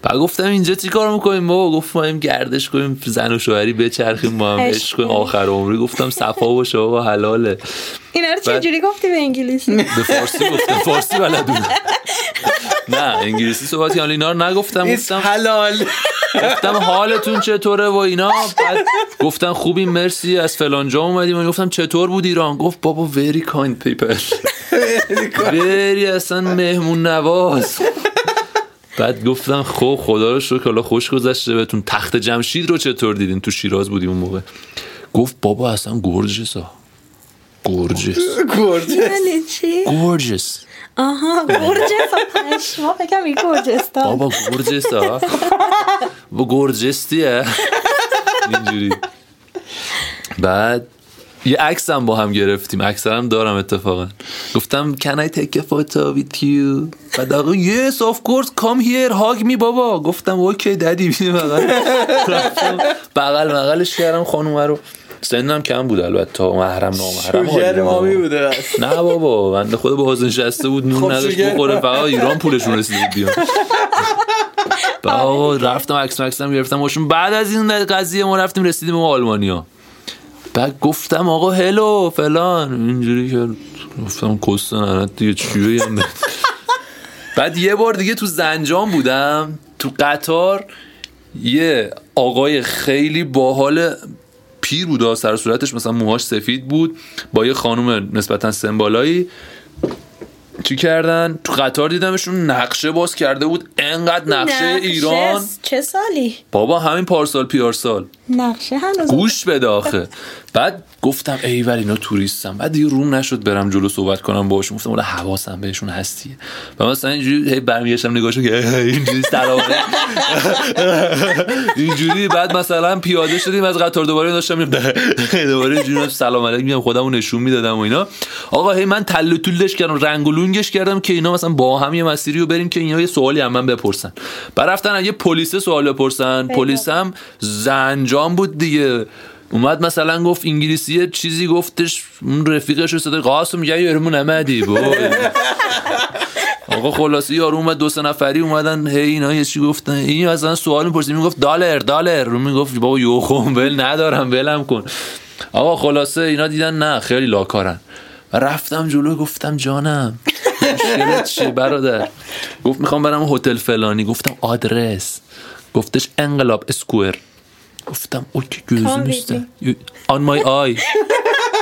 S2: بعد گفتم اینجا چی کار میکنیم بابا گفت ما این گردش کنیم زن و شوهری بچرخیم با هم
S3: عشق
S2: عشق کنیم.
S3: کنیم.
S2: آخر عمری گفتم صفا باشه آقا حلاله
S3: اینا رو
S2: بعد-
S3: چجوری گفتی به انگلیسی
S2: به فارسی گفتم فارسی بلد بودم نه انگلیسی صحبت کردم اینا رو نگفتم
S1: ایس
S2: گفتم
S1: حلال [LAUGHS]
S2: گفتم حالتون چطوره و اینا بعد گفتن خوبی مرسی از فلان جا اومدیم من گفتم چطور بود ایران گفت بابا وری کایند پیپل وری اصلا مهمون نواز بعد گفتم خب خدا رو شکر حالا خوش گذشته بهتون تخت جمشید رو چطور دیدین تو شیراز بودیم اون موقع گفت بابا اصلا گرجس ها گرجس
S1: گرجه
S3: یعنی چی؟
S2: گرجس
S3: آها گرجس
S2: [LAUGHS]
S3: و پشما فکرم این گرجستان
S2: بابا گرجس ها با گرجستیه اینجوری بعد یه عکس هم با هم گرفتیم عکس هم دارم اتفاقا گفتم can I take a photo with you بعد آقا yes of course come here hug me بابا گفتم اوکی ددی بینی [LAUGHS] بغل رفتم بغل مغلش کردم خانوم رو سنم کم بود البته تا محرم نامحرم
S1: شوگر
S2: حالی ما
S1: مامی
S2: بود.
S1: بوده بس.
S2: نه بابا بنده خدا با حاضر نشسته بود
S1: خب
S2: نون نداشت
S1: دیگه.
S2: بخوره فقط ایران پولشون رسیده بود بیان بابا رفتم عکس مکسم گرفتم باشون بعد از این قضیه ما رفتیم رسیدیم به آلمانیا بعد گفتم آقا هلو فلان اینجوری که گفتم کست ننت دیگه چیه یعنی؟ بعد یه بار دیگه تو زنجان بودم تو قطار یه آقای خیلی باحال پیر بود آه، سر صورتش مثلا موهاش سفید بود با یه خانم نسبتا سنبالایی چی کردن تو قطار دیدمشون نقشه باز کرده بود انقدر نقشه ایران
S3: چه سالی؟
S2: بابا همین پارسال پیارسال
S3: نقشه هنوز
S2: گوش بده آخه بعد گفتم ای ولی اینا توریستم بعد دیگه روم نشد برم جلو صحبت کنم باهاشون گفتم ولی حواسم بهشون هستیه و مثلا اینجوری هی برمیگشتم نگاهشون که ای، اینجوری سلام اینجوری بعد مثلا پیاده شدیم از قطار دوباره داشتم می‌رفتم. دوباره اینجوری من سلام علیکم میگم خودمو نشون میدادم و اینا آقا هی من تله و تولش کردم رنگ و لونگش کردم که اینا مثلا با هم یه مسیری رو بریم که اینا یه سوالی هم من بپرسن بعد رفتن از یه پلیس سوال بپرسن پلیس هم زنجان بود دیگه اومد مثلا گفت انگلیسی یه چیزی گفتش اون رفیقش رو صدا قاسم میگه یارمون نمدی بای. آقا خلاصه یارو اومد دو سه نفری اومدن هی اینا یه چی گفتن این مثلا سوال میپرسید میگفت دلار دلار رو میگفت بابا یوخم ول ندارم ولم کن آقا خلاصه اینا دیدن نه خیلی لاکارن و رفتم جلو گفتم جانم مشکلت چیه برادر گفت میخوام برم هتل فلانی گفتم آدرس گفتش انقلاب اسکوئر گفتم اوکی گوزی
S3: Come with
S2: نیسته آن مای آی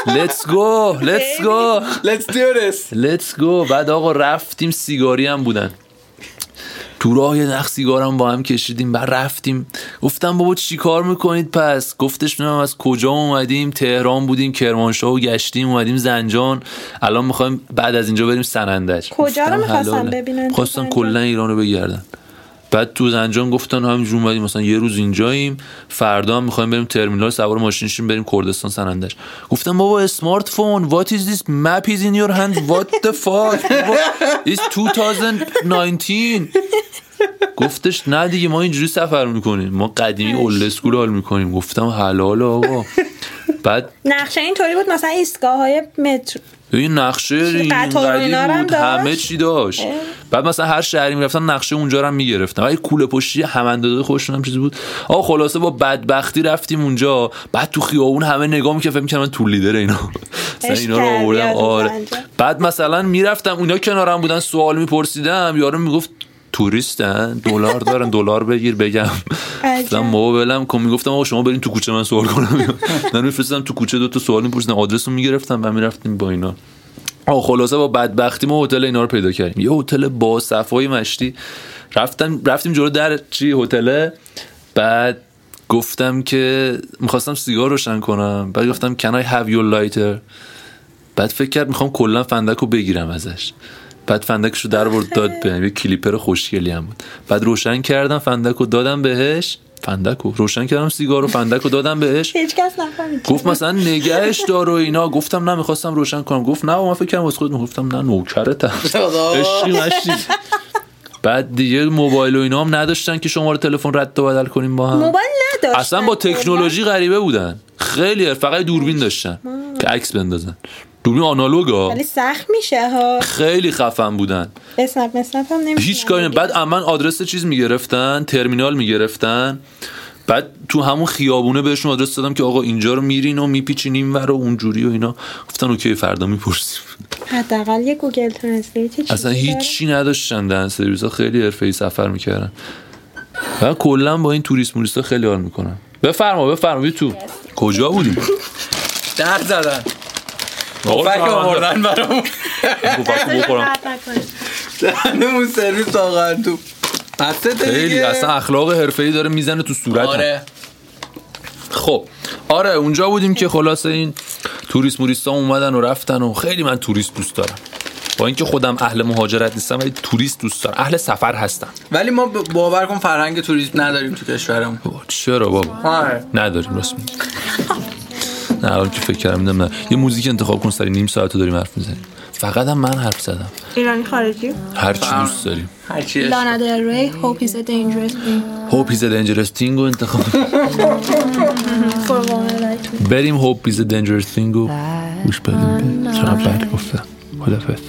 S2: Let's go Let's go
S1: Let's do this
S2: Let's go بعد آقا رفتیم سیگاری هم بودن تو راه یه نخ سیگارم با هم کشیدیم بعد رفتیم گفتم بابا چی کار میکنید پس گفتش نمیم از کجا اومدیم تهران بودیم کرمانشاه و گشتیم اومدیم زنجان الان میخوایم بعد از اینجا بریم سنندج
S3: کجا رو
S2: گفتم
S3: می‌خواستن
S2: حلاله.
S3: ببینن تو
S2: خواستن
S3: زنجان؟
S2: کلا ایران رو بگردن بعد تو زنجان گفتن همینجور اومدیم مثلا یه روز اینجاییم فردا هم میخوایم بریم ترمینال سوار ماشین شیم بریم کردستان سنندج گفتم بابا اسمارت فون وات ایز دیس مپ ایز این یور هند وات د فاک ایز 2019 گفتش نه دیگه ما اینجوری سفر میکنیم ما قدیمی اولد اسکول حال میکنیم گفتم حلال آقا بعد
S3: نقشه اینطوری بود مثلا ایستگاه های مترو
S2: این نقشه این
S3: قطار و اینا رو هم
S2: قدیم بود
S3: داشت؟
S2: همه چی داشت بعد مثلا هر شهری میرفتن نقشه اونجا رو هم میگرفتن ولی کوله پشتی هم اندازه خودشون هم چیزی بود آقا خلاصه با بدبختی رفتیم اونجا بعد تو خیابون همه نگاه که فکر می‌کردن من تو لیدر اینا مثلا
S3: عشق
S2: اینا رو
S3: کردی
S2: آوردم
S3: از اون
S2: آره
S3: زنجان.
S2: بعد مثلا میرفتم اونا کنارم بودن سوال میپرسیدم یارو میگفت توریستن دلار دارن دلار بگیر بگم
S3: عجب.
S2: گفتم ما ولم کن میگفتم آقا شما برین تو کوچه من سوال کنم من میفرستم تو کوچه دو تا سوال میپرسیدم آدرس رو میگرفتم و میرفتیم با اینا آه خلاصه با بدبختی ما هتل اینا رو پیدا کردیم یه هتل با صفای مشتی رفتم رفتیم جلو در چی هتله بعد گفتم که میخواستم سیگار روشن کنم بعد گفتم can I have your lighter بعد فکر کرد میخوام کلا فندک رو بگیرم ازش بعد فندکش رو در برد داد بهم یه کلیپر خوشگلی هم بود بعد روشن کردم فندک رو دادم بهش فندک رو روشن کردم سیگار رو فندک رو دادم بهش
S3: هیچ کس نفهمید
S2: گفت مثلا نگهش دار و اینا گفتم نه میخواستم روشن کنم گفت نه من فکر کنم واسه خودم گفتم نه نوکرتم
S1: خدا.
S2: عشقی مشتی بعد دیگه موبایل و اینا هم نداشتن که شماره تلفن رد و بدل کنیم با هم
S3: موبایل نداشت خب، یعنی
S2: اصلا با تکنولوژی غریبه بودن خیلی فقط دوربین داشتن که عکس بندازن دوربین آنالوگ ها
S3: ولی سخت میشه ها
S2: خیلی خفن بودن
S3: اسنپ مسنپ هم نمیشه
S2: هیچ کاری نه. بعد من آدرس چیز میگرفتن ترمینال میگرفتن بعد تو همون خیابونه بهشون آدرس دادم که آقا اینجا رو میرین و میپیچین این ور و اونجوری و اینا گفتن اوکی فردا میپرسیم
S3: حداقل یه گوگل ترنسلیت چیزی
S2: اصلا
S3: داره.
S2: هیچی نداشتن دهن سرویس ها خیلی حرفه ای سفر میکردن و کلا با این توریست موریست ها خیلی حال میکنن بفرما بفرما بی تو کجا بودی؟
S1: در زدن
S2: آقا
S1: فکر
S2: شما هم
S1: آوردن برامون
S2: دارم. بابا، بخورم.
S3: درد نکنه.
S1: دهنمون سرویس واقعا تو بسته
S2: خیلی
S1: دیگه.
S2: اصلا اخلاق حرفه ای داره میزنه تو صورت
S1: آره
S2: خب آره اونجا بودیم که خلاصه این توریست موریستا اومدن و رفتن و خیلی من توریست دوست دارم با اینکه خودم اهل مهاجرت نیستم ولی توریست دوست دارم اهل سفر هستم
S1: ولی ما ب- باور کن فرهنگ توریسم نداریم تو کشورمون
S2: بابا، چرا بابا
S1: آره
S2: نداریم راست میگی نه الان که فکر کردم دیدم نه یه موزیک انتخاب کن سری نیم ساعت رو داریم حرف میزنیم فقط هم من حرف زدم
S3: ایرانی خارجی
S2: هر چی دوست داریم
S1: هر چی
S3: لانا دل ری Hope is a dangerous thing
S2: هوپ ایز دنجرس تینگ رو انتخاب
S3: for women like me.
S2: بریم هوپ ایز دنجرس تینگ رو گوش بدیم چرا بعد گفتم خدافظ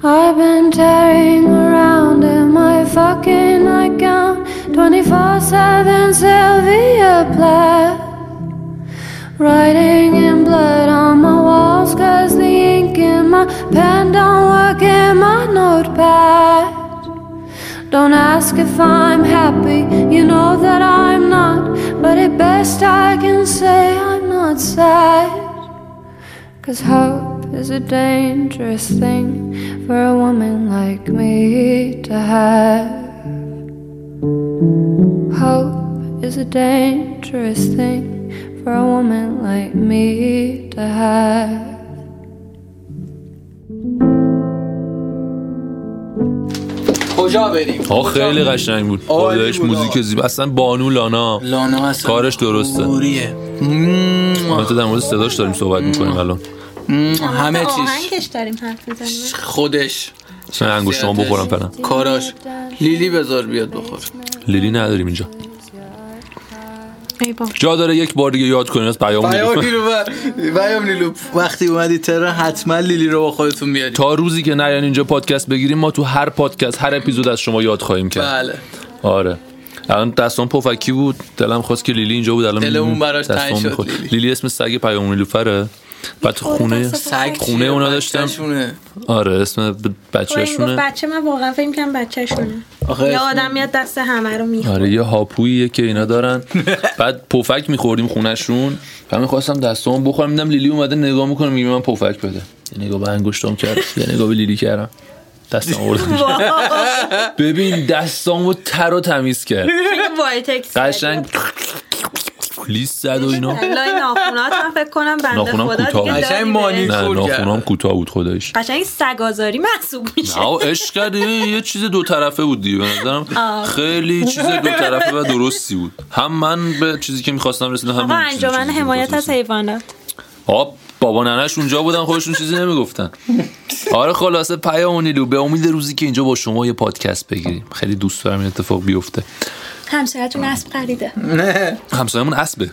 S4: I've been tearing around in my fucking account 24 7 Sylvia Plath. Writing in blood on my walls, cause the ink in my pen don't work in my notepad. Don't ask if I'm happy, you know that I'm not. But at best, I can say I'm not sad. Cause hope is a dangerous thing for a woman like me to have. Hope is a dangerous thing for a woman like me to have.
S1: کجا بریم
S2: آه خیلی قشنگ بود
S1: عالی
S2: خدایش
S1: بود، آقا.
S2: موزیک زیبا اصلا بانو لانا
S1: لانا هست
S2: کارش درسته
S1: دوریه
S2: البته در مورد صداش داریم صحبت میکنیم الان
S1: همه چیش
S3: آهنگش داریم حرف میزنیم
S1: خودش
S2: من انگشتمو بخورم فعلا
S1: کاراش لیلی بذار بیاد بخور
S2: لیلی نداریم اینجا
S3: ای بابا
S2: جا داره یک بار دیگه یاد کنین از پیام [LAUGHS]
S1: پیام
S2: میدیم.
S1: نیلو بر- پیام نیلو وقتی اومدی تهران حتما لیلی رو با خودتون بیاری
S2: تا روزی که نیان اینجا پادکست بگیریم ما تو هر پادکست هر اپیزود از شما یاد خواهیم کرد
S1: بله
S2: آره الان دستان پفکی بود دلم خواست که لیلی اینجا بود الان
S1: دلمون
S2: می‌بینیم
S1: براش تنگ
S2: دستام
S1: شد،
S2: می‌خورد.
S1: لیلی.
S2: لیلی اسم سگ پیام نیلوفره بعد تو
S3: خورده
S2: خونه
S3: دست
S1: سگ
S2: خونه
S1: چیه؟
S2: اونا داشتم.
S1: بچه‌شونه.
S2: آره اسم ب-
S3: تو خب، این گفت
S2: بچه‌شونه
S3: بچه من واقعا فکر کنم بچه شونه
S1: آخه
S3: یا
S1: اسم-
S3: آدم میاد دست همه رو میخوره
S2: آره یه هاپویی که اینا
S3: [LAUGHS]
S2: دارن بعد پفک میخوردیم خونشون و میخواستم دستام بخورم دیدم لیلی اومده نگاه میکنه میگه من پفک بده یه نگاه به انگشتام کرد یه نگاه به لیلی کردم دستم
S3: [LAUGHS]
S2: آوردم ببین دستامو تر و تمیز کرد
S3: وایتکس
S2: قشنگ لیست زد و اینا
S3: لای ناخونات هم فکر کنم بنده
S2: ناخونام
S3: خدا
S2: کوتاه
S3: دیگه
S2: بود.
S3: دادی
S1: قشنگ
S3: بهش.
S1: مانی.
S2: نه
S1: خور
S2: ناخونام
S1: کرد.
S2: کوتاه بود خدایش
S3: قشنگ سگازاری محسوب میشه
S2: آه عشق کردی یه چیز دو طرفه بود دیگه به نظرم خیلی چیز دو طرفه و درستی بود هم من به چیزی که میخواستم رسیدم هم
S3: آقا
S2: اون چیزی-
S3: انجمن
S2: چیزی که
S3: حمایت از
S2: می‌خواستم.
S3: حیوانات
S2: آب بابا ننش اونجا بودن خودشون چیزی نمیگفتن آره خلاصه پیام نیلو به امید روزی که اینجا با شما یه پادکست بگیریم خیلی دوست دارم این اتفاق بیفته
S3: همسایتون اسب خریده
S1: نه
S2: همسایمون اسبه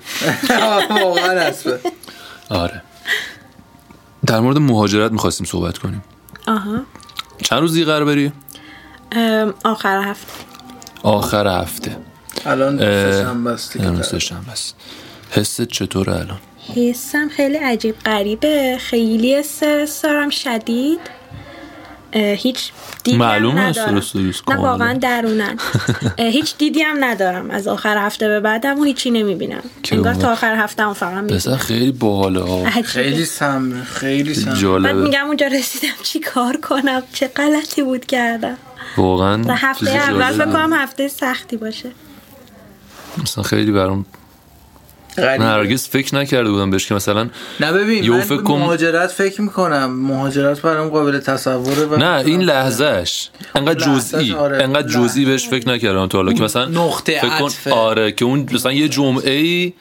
S1: واقعا اسبه
S2: آره در مورد مهاجرت میخواستیم صحبت کنیم
S3: آها
S2: چند روز دیگه قرار بری
S3: ام، آخر هفته
S2: آخر هفته
S1: الان
S2: اه، یعنی
S1: سه‌شنبه است دیگه.
S2: امروز سه‌شنبه است حست چطوره الان
S3: حسم خیلی عجیب غریبه خیلی استرس دارم شدید اه، هیچ دیدی
S2: معلومه
S3: هم ندارم
S2: استرس داری،
S3: نه
S2: کاملا.
S3: واقعا
S2: [LAUGHS]
S3: درونن اه، هیچ دیدی هم ندارم از آخر هفته به بعدم و هیچی نمیبینم
S2: که
S3: انگار تا
S2: اومد.
S3: آخر هفته هم فقط میبینم
S2: پسر خیلی باحاله ها
S1: خیلی سم خیلی سم
S3: بعد
S2: جالبه
S3: میگم اونجا رسیدم چی کار کنم چه غلطی بود کردم
S2: واقعا
S3: و هفته
S2: چیز
S3: اول
S2: جالبه.
S3: فکر کنم هفته سختی باشه
S2: مثلا خیلی برام
S1: غریب.
S2: من هرگز فکر نکرده بودم بهش که مثلا
S1: نه ببین
S2: یهو
S1: من
S2: فکر
S1: به
S2: کن-
S1: مهاجرت فکر میکنم مهاجرت برام قابل تصوره و
S2: نه این لحظهش انقدر
S1: آره. لحظه‌ش،
S2: جزئی
S1: آره.
S2: انقدر
S1: لحظه.
S2: جزئی بهش فکر نکردم تا حالا که مثلا
S1: نقطه
S2: فکر کن-
S1: عطفه.
S2: آره که اون مثلا یه جمعه ای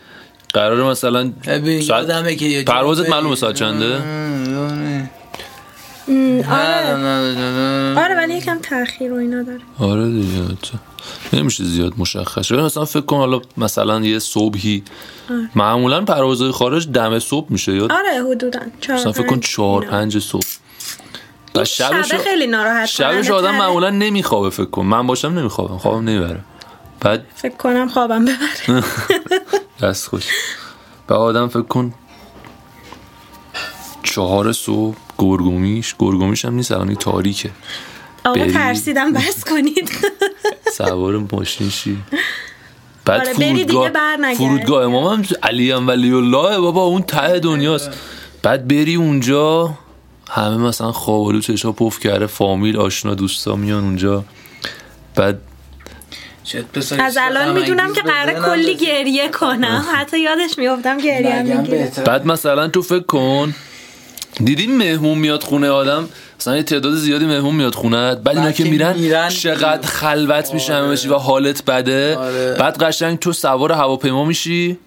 S2: قرار مثلا
S1: ببین،
S2: ساعت-
S1: یادمه که یه جمعه
S2: پروازت
S1: ای-
S2: معلومه ساعت چنده
S1: ام، یعنی.
S3: آره
S1: نه، نه، نه، نه.
S3: آره ولی یکم تاخیر و اینا داره
S2: آره دیگه تو- نمیشه زیاد مشخص شد مثلا فکر کن حالا مثلا یه صبحی معمولا پروازهای خارج دم صبح میشه یا
S3: آره حدودا چهار
S2: مثلا فکر کن
S3: پنج
S2: چهار
S3: اینا.
S2: پنج صبح و شبش
S3: آره. شبه خیلی ناراحت
S2: شبش
S3: کننده
S2: آدم
S3: تره.
S2: معمولا نمیخوابه فکر کن من باشم نمیخوابم خوابم نمیبره بعد
S3: فکر کنم
S2: [LAUGHS]
S3: خوابم ببره
S2: دست خوش به آدم فکر کن چهار صبح گرگومیش گرگومیش هم نیست الان این تاریکه
S3: آقا
S2: بری.
S3: ترسیدم بس
S2: [LAUGHS]
S3: کنید
S2: سوار ماشین شی بعد
S3: آره، بری دیگه
S2: فرودگاه
S3: بر نگردی.
S2: فرودگاه امام هم علی هم ولی الله بابا اون ته دنیاست بعد بری اونجا همه مثلا خوابالو چشا پف کرده فامیل آشنا دوستا میان اونجا بعد
S1: شاید پسر
S3: از الان
S1: چیز
S3: میدونم
S1: غم‌انگیز
S3: که
S1: به
S3: قراره
S1: ذهنم
S3: کلی
S1: رسید.
S3: گریه کنم حتی یادش میافتم گریه هم
S1: نگم
S3: میگیره
S1: یعنی بهتره.
S2: بعد مثلا تو فکر کن دیدین مهمون میاد خونه آدم مثلا یه تعداد زیادی مهمون میاد خونه بعد اینا
S1: بعد
S2: که
S1: که
S2: میرن,
S1: میرن،
S2: چقدر خلوت میشه همه چی و حالت بده
S1: آره.
S2: بعد قشنگ تو سوار هواپیما میشی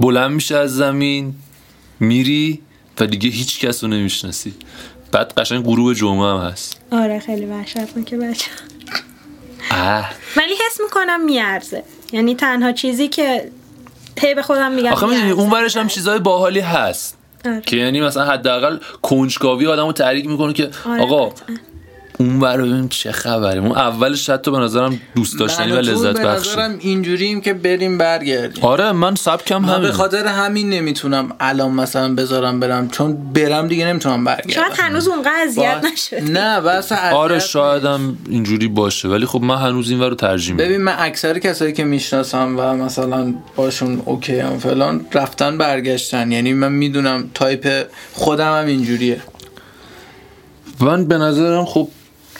S2: بلند میشه از زمین میری و دیگه هیچ کس رو نمیشناسی بعد قشنگ غروب جمعه هم هست
S3: آره خیلی وحشتناکه بچه
S2: اه.
S3: ولی حس میکنم میارزه یعنی تنها چیزی که پی به خودم میگم
S2: آخه میدونی
S3: می‌ارزه.
S2: اون ورش هم چیزای باحالی هست
S3: آره.
S2: که یعنی مثلا حداقل کنجکاوی آدمو تحریک میکنه که
S3: آره،
S2: آقا
S3: قطعاً.
S2: اون ور ببینیم چه خبره اون اولش حتی به نظرم دوست داشتنی و
S1: من و بله، تو
S2: لذت
S1: به
S2: بخش
S1: نظرم اینجوریم که بریم برگردیم
S2: آره من سبکم
S1: من به
S2: همین
S1: خاطر همین نمیتونم الان مثلا بذارم برم چون برم دیگه نمیتونم
S3: شاید
S1: برگردم
S3: هنوز اونقدر اذیت
S1: با-
S3: نشد
S1: نه بس
S2: آره شایدم اینجوری باشه ولی خب من هنوز این ور رو ترجیح میدم
S1: ببین من اکثر کسایی که میشناسم و مثلا باشون اوکی هم فلان رفتن برگشتن یعنی من میدونم تایپ خودم هم اینجوریه
S2: من به نظرم خب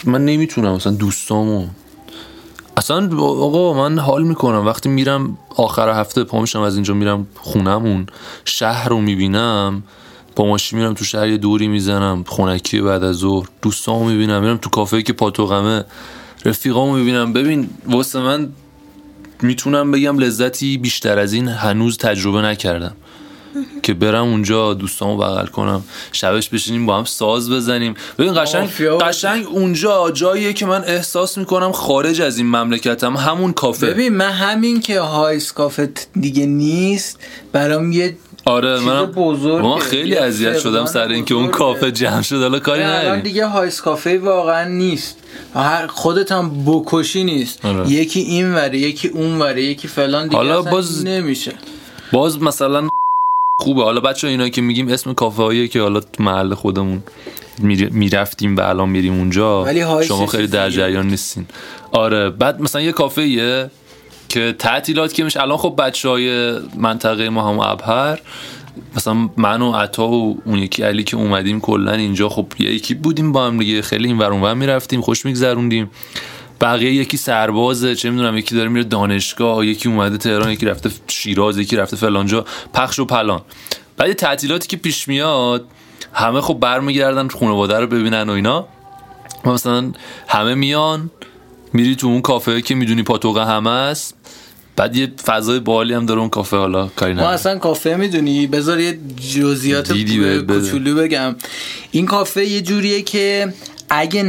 S2: من نمیتونم مثلا دوستامو اصلا با- آقا من حال میکنم وقتی میرم آخر هفته پا میشم از اینجا میرم خونمون شهر رو میبینم با ماشین میرم تو شهر یه دوری میزنم خونکی بعد از ظهر دوستامو میبینم میرم تو کافه که پاتوقمه رفیقامو میبینم ببین واسه من میتونم بگم لذتی بیشتر از این هنوز تجربه نکردم که برم اونجا دوستامو بغل کنم شبش بشینیم با هم ساز بزنیم ببین قشنگ
S1: آفیا.
S2: قشنگ اونجا جاییه که من احساس میکنم خارج از این مملکتم همون کافه
S1: ببین من همین که هایس کافت دیگه نیست برام یه
S2: آره
S1: چیز
S2: من
S1: بزرگه.
S2: من خیلی
S1: یه
S2: اذیت شدم
S1: فقدان
S2: سر اینکه اون
S1: بزرگه.
S2: کافه جمع شد حالا کاری
S1: الان
S2: آره، نداریم
S1: دیگه هایس کافه واقعا نیست هر خودت هم بکشی نیست
S2: آره.
S1: یکی این وره یکی اون وره یکی فلان دیگه
S2: حالا
S1: اصلا
S2: باز-
S1: نمیشه
S2: باز مثلا خوبه حالا بچه اینا که میگیم اسم کافه هایی که حالا تو محل خودمون میری- میرفتیم و الان میریم اونجا
S1: ولی هایس
S2: شما خیلی
S1: چیز
S2: در
S1: دیگه
S2: جریان نیستین آره بعد مثلا یه کافه ایه که تعطیلات که میشه الان خب بچه های منطقه ما همون ابهر مثلا من و عطا و اون یکی علی که اومدیم کلا اینجا خب یه یکی بودیم با هم دیگه خیلی این ور اون ور میرفتیم خوش میگذروندیم بقیه یکی سربازه چه میدونم یکی داره میره دانشگاه یکی اومده تهران یکی رفته شیراز یکی رفته فلانجا پخش و پلان بعد یه تعطیلاتی که پیش میاد همه خب برمیگردن خانواده رو ببینن و اینا و مثلا همه میان میری تو اون کافه که میدونی پاتوق همه است بعد یه فضای بالی هم داره اون کافه حالا کاری
S1: ما
S2: نداره
S1: اصلا کافه میدونی بذار یه جزئیات
S2: دیدی بهت بده.
S1: کوچولو بگم این کافه یه جوریه که اگه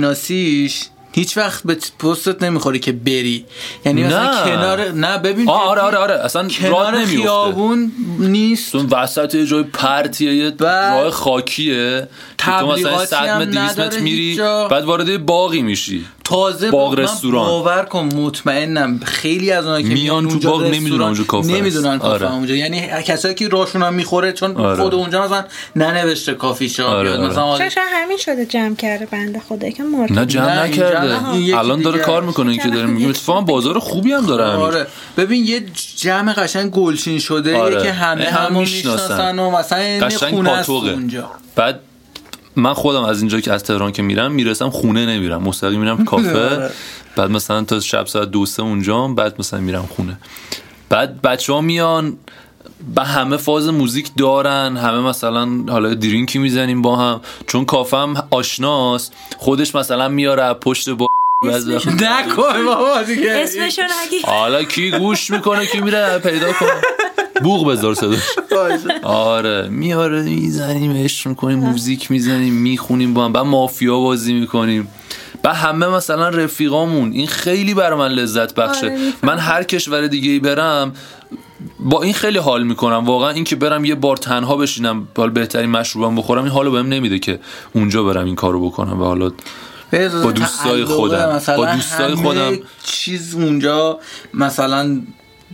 S1: نشناسیش هیچ وقت به پستت نمیخوری که بری یعنی
S2: نه.
S1: مثلا کنار نه ببین
S2: آه، آره آره آره اصلا راه
S1: کنار
S2: نمیفته
S1: خیابون نیست
S2: تو وسط یه جای پرتیه یه
S1: بعد
S2: راه خاکیه که تو مثلا
S1: تبلیغاتی
S2: 100
S1: هم
S2: متر 200 متر
S1: نداره
S2: میری
S1: هیچ جا.
S2: بعد وارد یه باغی میشی
S1: تازه
S2: باغ
S1: من
S2: رستوران.
S1: باور کن مطمئنم خیلی از اونایی که
S2: میان تو
S1: اونجا
S2: باغ
S1: رستوران
S2: نمیدونن اونجا کافه است.
S1: نمیدونن کافه
S2: آره.
S1: اونجا یعنی کسایی که راشون هم میخوره چون
S2: آره.
S1: خود اونجا مثلا ننوشته کافی شاپ
S2: آره،
S1: یا
S2: آره.
S1: مثلا آدم-
S3: شاید شاید همین شده جمع کرده بنده خدا که مرد
S2: نه جمع
S1: نه، این
S2: نکرده
S1: جمع- این یکی
S2: الان داره
S1: دیگه
S2: کار
S1: است.
S2: میکنه این که
S3: جمع
S2: داره میگه
S3: دیگه.
S2: اتفاقا بازار خوبی هم داره همین
S1: آره ببین یه جمع قشنگ گلچین شده
S2: آره.
S1: که همه
S2: هم
S1: همو
S2: می‌شناسن.
S1: میشناسن و مثلا یه
S2: قشنگ
S1: خونه است
S2: پاتوقه.
S1: اونجا
S2: بعد من خودم از اینجا که از تهران که میرم میرسم خونه نمیرم
S1: [LAUGHS]
S2: مستقیم میرم کافه
S1: آره.
S2: بعد مثلا تا شب ساعت دو سه اونجام بعد مثلا میرم خونه بعد بچه ها میان به همه فاز موزیک دارن همه مثلا حالا درینکی میزنیم با هم چون کافه هم آشناست خودش مثلا میاره پشت با بعضی وقت- [LAUGHS]
S1: نکن بابا دیگه
S3: اسمشو نگی
S2: حالا کی گوش میکنه کی میره پیدا کنه بوغ بذار صداش
S1: باشه.
S2: آره میاره میزنیم عشق میکنیم موزیک میزنیم میخونیم با هم بعد مافیا بازی میکنیم بعد همه مثلا رفیقامون این خیلی بر من لذت بخشه
S3: آره، می‌فهمم.
S2: من هر کشور دیگه ای برم با این خیلی حال میکنم واقعا این که برم یه بار تنها بشینم حال بهترین مشروبم بخورم این حالو بهم نمیده که اونجا برم این کارو بکنم و حالا با دوستای
S1: تعلقه
S2: خودم.
S1: مثلا
S2: با دوستای
S1: همه
S2: خودم.
S1: چیز اونجا مثلا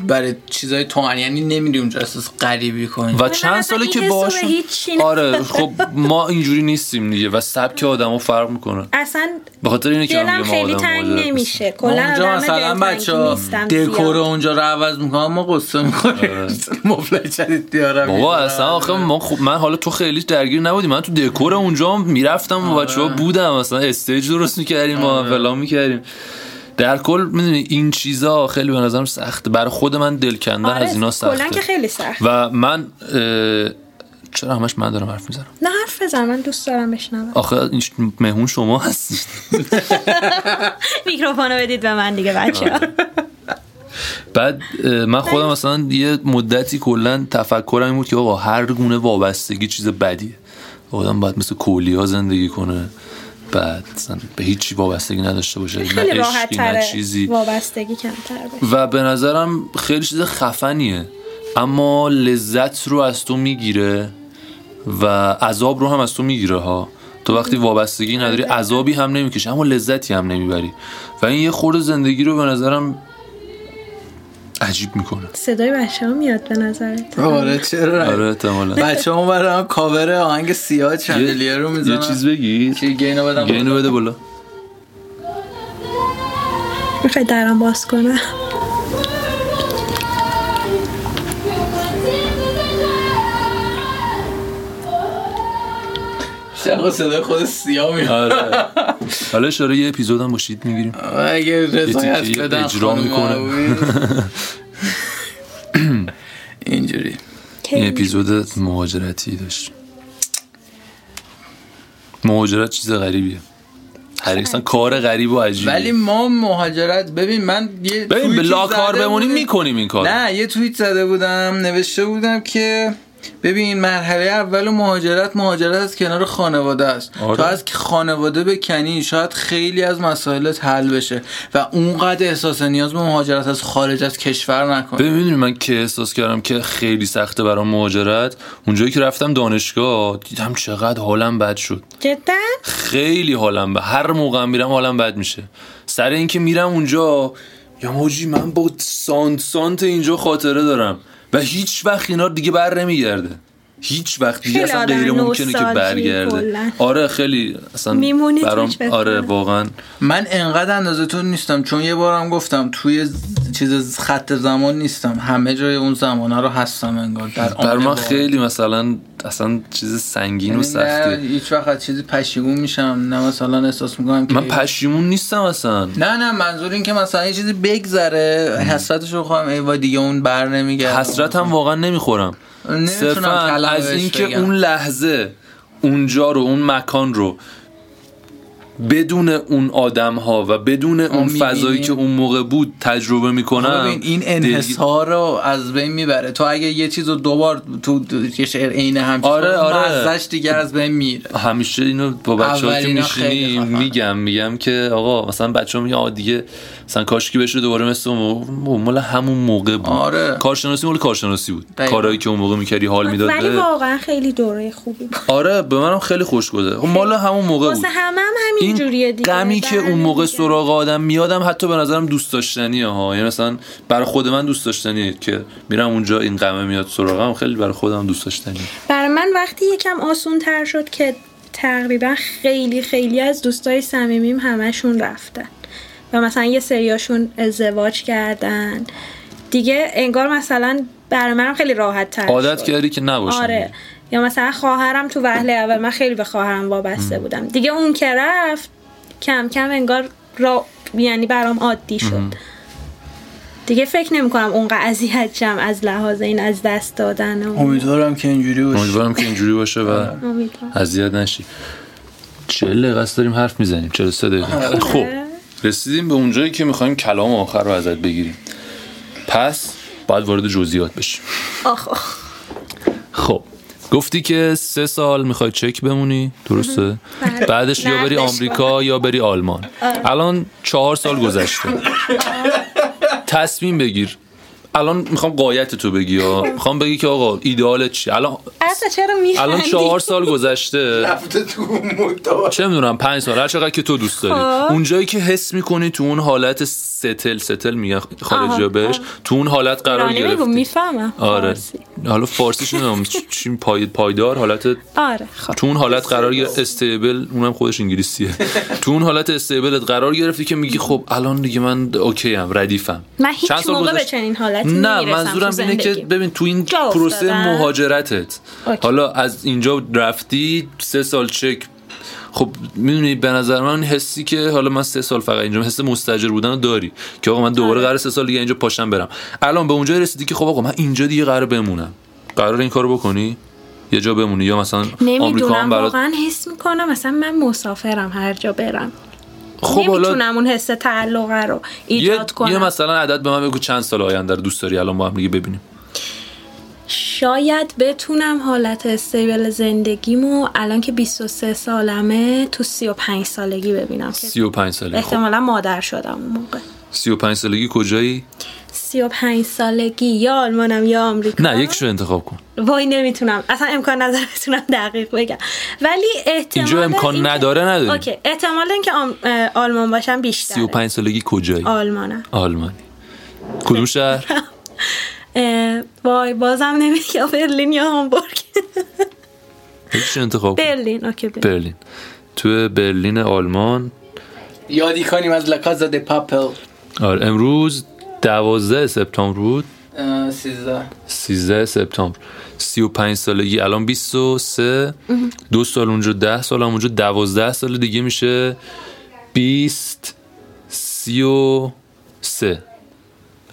S1: برای چیزای تو یعنی نمیری اونجا احساس غریبی کنی
S2: و چند
S3: اصلا
S2: ساله
S3: این
S2: که
S3: حس رو به
S2: باشون
S3: هیچی نه.
S2: آره خب ما اینجوری نیستیم دیگه و سبک آدما فرق میکنه
S3: اصلا
S2: به خاطر اینه که من
S3: دلم
S2: میگم ما
S3: خیلی
S2: آدم
S3: تنگ
S2: مهاجرت
S3: نمیشه
S1: ما
S3: کلا
S1: اونجا
S3: آدم
S1: مثلا
S3: دلتنگی
S1: بچه ها
S3: نیستم
S1: دکور
S3: زیاد.
S1: اونجا رو عوض میکنم ما قصه [LAUGHS] میخوریم مفلت شدید بیارم
S2: آره. بابا اصلا آخه ما خب من حالا تو خیلی درگیر نبودی من تو دکور اونجا میرفتم و بچه‌ها بودم اصلا استیج درست میکردیم ما فلان میکردیم در کل میدونی این چیزا خیلی به نظرم سخته برای خود من دل کندن
S3: آره،
S2: از اینا
S3: کلاً که
S2: سخته
S3: خیلی سخت
S2: و من اه، چرا همش من دارم حرف میزنم
S3: نه حرف بزن من دوست دارم بشنوم
S2: آخه این ش- مهمون شما هستید
S3: [LAUGHS] میکروفونو بدید به من دیگه بچه‌ها [LAUGHS]
S2: بعد اه، من خودم مثلا یه مدتی کلا تفکرم این بود که آقا هر گونه وابستگی چیز بدیه آدم باید مثل کولیا زندگی کنه بعد مثلا به هیچی وابستگی نداشته باشه نه
S3: خیلی راحت
S2: عشقی نه
S3: تره
S2: چیزی
S3: وابستگی کمتر باشه
S2: و به نظرم خیلی چیز خفنیه اما لذت رو از تو میگیره و عذاب رو هم از تو میگیره ها تو وقتی وابستگی نداری عذابی هم نمیکشی اما لذتی هم نمیبری و این یه خورده زندگی رو به نظرم عجیب میکنه
S3: صدای بچه ها میاد به نظرت
S1: آره چرا
S2: آره احتمالا
S1: بچه ها برای کاور آهنگ سیاه چندلیه رو میزنن
S2: یه چیز بگی
S1: چی گینو بدم
S2: گینو بده بالا
S3: میخوای درم باز کنم
S1: شق صدای خود سیاه میاد
S2: آره حالا اشاره یه اپیزود هم باشید میگیریم
S1: اگه رضایت
S2: تیکه
S1: بدن
S2: اجرا
S1: خانم
S2: می‌کنه. [COUGHS]
S1: عربی. اینجوری
S2: یه
S3: کی؟
S2: اپیزود مهاجرتی داشت مهاجرت چیز غریبیه هر اصلا کار غریب و عجیبه
S1: ولی ما مهاجرت ببین من یه
S2: ببین
S1: توییت
S2: به لاکار
S1: زده
S2: بمونیم
S1: بودم.
S2: میکنیم این کار
S1: نه یه توییت زده بودم نوشته بودم که ببین مرحله اول مهاجرت مهاجرت از کنار خانواده است
S2: آره.
S1: تو از خانواده بکنی شاید خیلی از مسائلت حل بشه و اونقدر احساس نیاز به مهاجرت از خارج از کشور نکنی
S2: ببین می‌دونی من که احساس کردم که خیلی سخته برام مهاجرت اونجایی که رفتم دانشگاه دیدم چقدر حالم بد شد
S3: جدا
S2: خیلی حالم به هر موقع هم میرم حالم بد میشه سر اینکه میرم اونجا یا موجی من با سانت سانت اینجا خاطره دارم و هیچ وقت اینا دیگه بر نمیگرده هیچ وقت دیگه
S3: خیلی
S2: اصلا
S3: آدم
S2: غیر ممکنه که
S3: نوستالژی
S2: برگرده
S3: کلاً.
S2: آره خیلی اصلا
S3: میمونی توش
S2: برام
S3: بهتره.
S2: آره واقعا
S1: من انقدر اندازه تو نیستم چون یه بارم گفتم توی ز- چیز خط زمان نیستم همه جای اون زمانه رو هستم انگار در آن
S2: بر من
S1: واقع.
S2: خیلی مثلا اصلا چیز سنگین و
S1: یعنی نه
S2: سختی
S1: هیچ وقت از چیزی پشیمون میشم نه مثلا احساس میکنم که
S2: من پشیمون نیستم اصلا
S1: نه نه منظور این که مثلا یه چیزی بگذره حسرتش رو بخوام ای وای دیگه اون بر نمیگرد
S2: حسرتم واقعا نمیخورم
S1: نمی‌تونم
S2: صرفا
S1: کلمه
S2: از
S1: بهش
S2: اینکه
S1: بگم.
S2: اون لحظه اونجا رو اون مکان رو بدون اون آدم ها و بدون اون
S1: می‌بینی؟
S2: فضایی که اون موقع بود تجربه میکنم
S1: ببین این انحصار رو از بین میبره تو اگه یه چیز رو دوبار تو تو- یه شعر عین هم
S2: آره، آره.
S1: ازش دیگه از بین میره
S2: همیشه اینو با بچه که
S1: اولینا خیلی
S2: میشینیم
S1: خفنه.
S2: میگم میگم که آقا مثلا بچه ها میگن آه دیگه مثلا کاش که بشه دوباره مثل اون موقع. اون مال همون موقع بود
S1: آره.
S2: کارشناسی مال کارشناسی بود
S1: دقیقاً.
S2: کارهایی که اون موقع میکردی حال میداد
S3: ولی واقعا خیلی دوره خوبی بود
S2: آره به منم خیلی خوش گذره خب مال همون موقع بود
S3: واسه همه هم همین جوریه
S2: این
S3: دیگه
S2: غمی که
S3: برای
S2: اون موقع
S3: دیگه.
S2: سراغ آدم میادم حتی به نظرم دوست داشتنیه ها یعنی مثلا برای خود من دوست داشتنیه که میرم اونجا این غمه میاد سراغم خیلی برای خودم دوست داشتنیه
S3: برای من وقتی یکم آسون تر شد که تقریبا خیلی خیلی از دوستای صمیمیم همشون رفتن و مثلا یه سریاشون ازدواج کردن دیگه انگار مثلا برای من خیلی راحت تر
S2: عادت
S3: شد.
S2: کردی که نباشم
S3: آره یا مثلا خواهرم تو وهله اول من خیلی به خواهرم وابسته بودم دیگه اون که رفت کم کم انگار را یعنی برام عادی شد دیگه فکر نمی کنم اونقدر اذیت شم از لحاظ این از دست دادن و
S1: امیدوارم که اینجوری باشه
S2: امیدوارم که اینجوری باشه و
S3: امیدوارم.
S2: اذیت نشی چه دقیقه است داریم حرف میزنیم 43
S3: آره.
S2: دقیقه خب رسیدیم به اونجایی که میخوایم کلام آخر رو ازت بگیریم پس باید وارد جزئیات بشیم
S3: آخ آخ
S2: خب گفتی که سه سال میخوای چک بمونی درسته
S3: بله.
S2: بعدش یا بری
S3: نقدش
S2: آمریکا یا بری آلمان الان چهار سال گذشته تصمیم بگیر الان میخوام قایت تو بگی ها میخوام بگی که آقا ایدئالت چی الان
S3: اصلا چرا میخندی؟
S2: الان چهار سال گذشته
S1: رفته تو مدار
S2: چه میدونم پنج سال هر چقدر که تو دوست داری
S3: خب.
S2: اونجایی که حس میکنی تو اون حالت ستل ستل میگن
S3: آها.
S2: خارجی بهش تو اون حالت قرار
S3: ایرانی بگو
S2: گرفتی
S3: میفهمم
S2: آره حالا فارسیش نمیدونم چی پای- پایدار حالت
S3: آره خب
S2: تو اون حالت قرار گرفت استیبل اونم خودش انگلیسیه تو اون حالت استیبلت قرار گرفتی که میگی خب الان دیگه من اوکی ام ردیفم
S3: من هیچ موقع به
S2: گذشت؟
S3: چنین حالتی
S2: نه
S3: نمیرسم
S2: منظورم
S3: تو
S2: اینه که
S3: زندگیم.
S2: ببین تو این
S3: جا
S2: پروسه
S3: افتادم.
S2: مهاجرتت
S3: اوکی.
S2: حالا از اینجا رفتی سه سال چک خب میدونی به نظر من اون حسی که حالا من سه سال فقط اینجا حس مستجر بودن رو داری که آقا من دوباره
S3: آره.
S2: قرار سه سال دیگه اینجا پاشم برم الان به اونجا رسیدی که خب آقا من اینجا دیگه قرار بمونم قرار این کارو بکنی یه جا بمونی یا مثلا آمریکا هم
S3: نمیدونم
S2: برات
S3: واقعا حس میکنم مثلا من مسافرم هر جا برم
S2: خب حالا
S3: نمیتونم اون حس تعلقه رو
S2: یه,
S3: ایجاد
S2: یه
S3: کنم
S2: مثلا عدد به من بگو چند سال آینده رو دوست داری الان با هم دیگه ببینیم
S3: شاید بتونم حالت استیبل زندگیمو الان که 23 سالمه تو 35 سالگی ببینم که
S2: 35 سالگی خب
S3: احتمالا مادر شدم اون موقع
S2: 35 سالگی کجایی
S3: 35 سالگی یا آلمانم یا آمریکا
S2: نه یکیشو انتخاب کن
S3: وای نمیتونم اصلا امکان نداره بتونم دقیق بگم ولی احتمال
S2: اینجا امکان
S3: اینکه-
S2: نداره نداریم.
S3: اوکی احتمال اینکه آم- اه، آلمان باشم بیشتره
S2: 35 سالگی کجایی
S3: آلمانم
S2: آلمانی کدوم شهر
S3: اه، وای بازم نمیگه یا برلین یا هامبورگ
S2: یکیشو انتخاب کن
S3: برلین اوکی برلین
S2: برلین تو برلین آلمان
S1: یادی کنیم از لکازا د پاپل
S2: آره امروز 12 سپتامبر بود
S1: اه، سیزده
S2: 13 سپتامبر 35 سالگی الان 23 دو سال اونجا 10 سال هم اونجا 12 سال دیگه میشه 20 33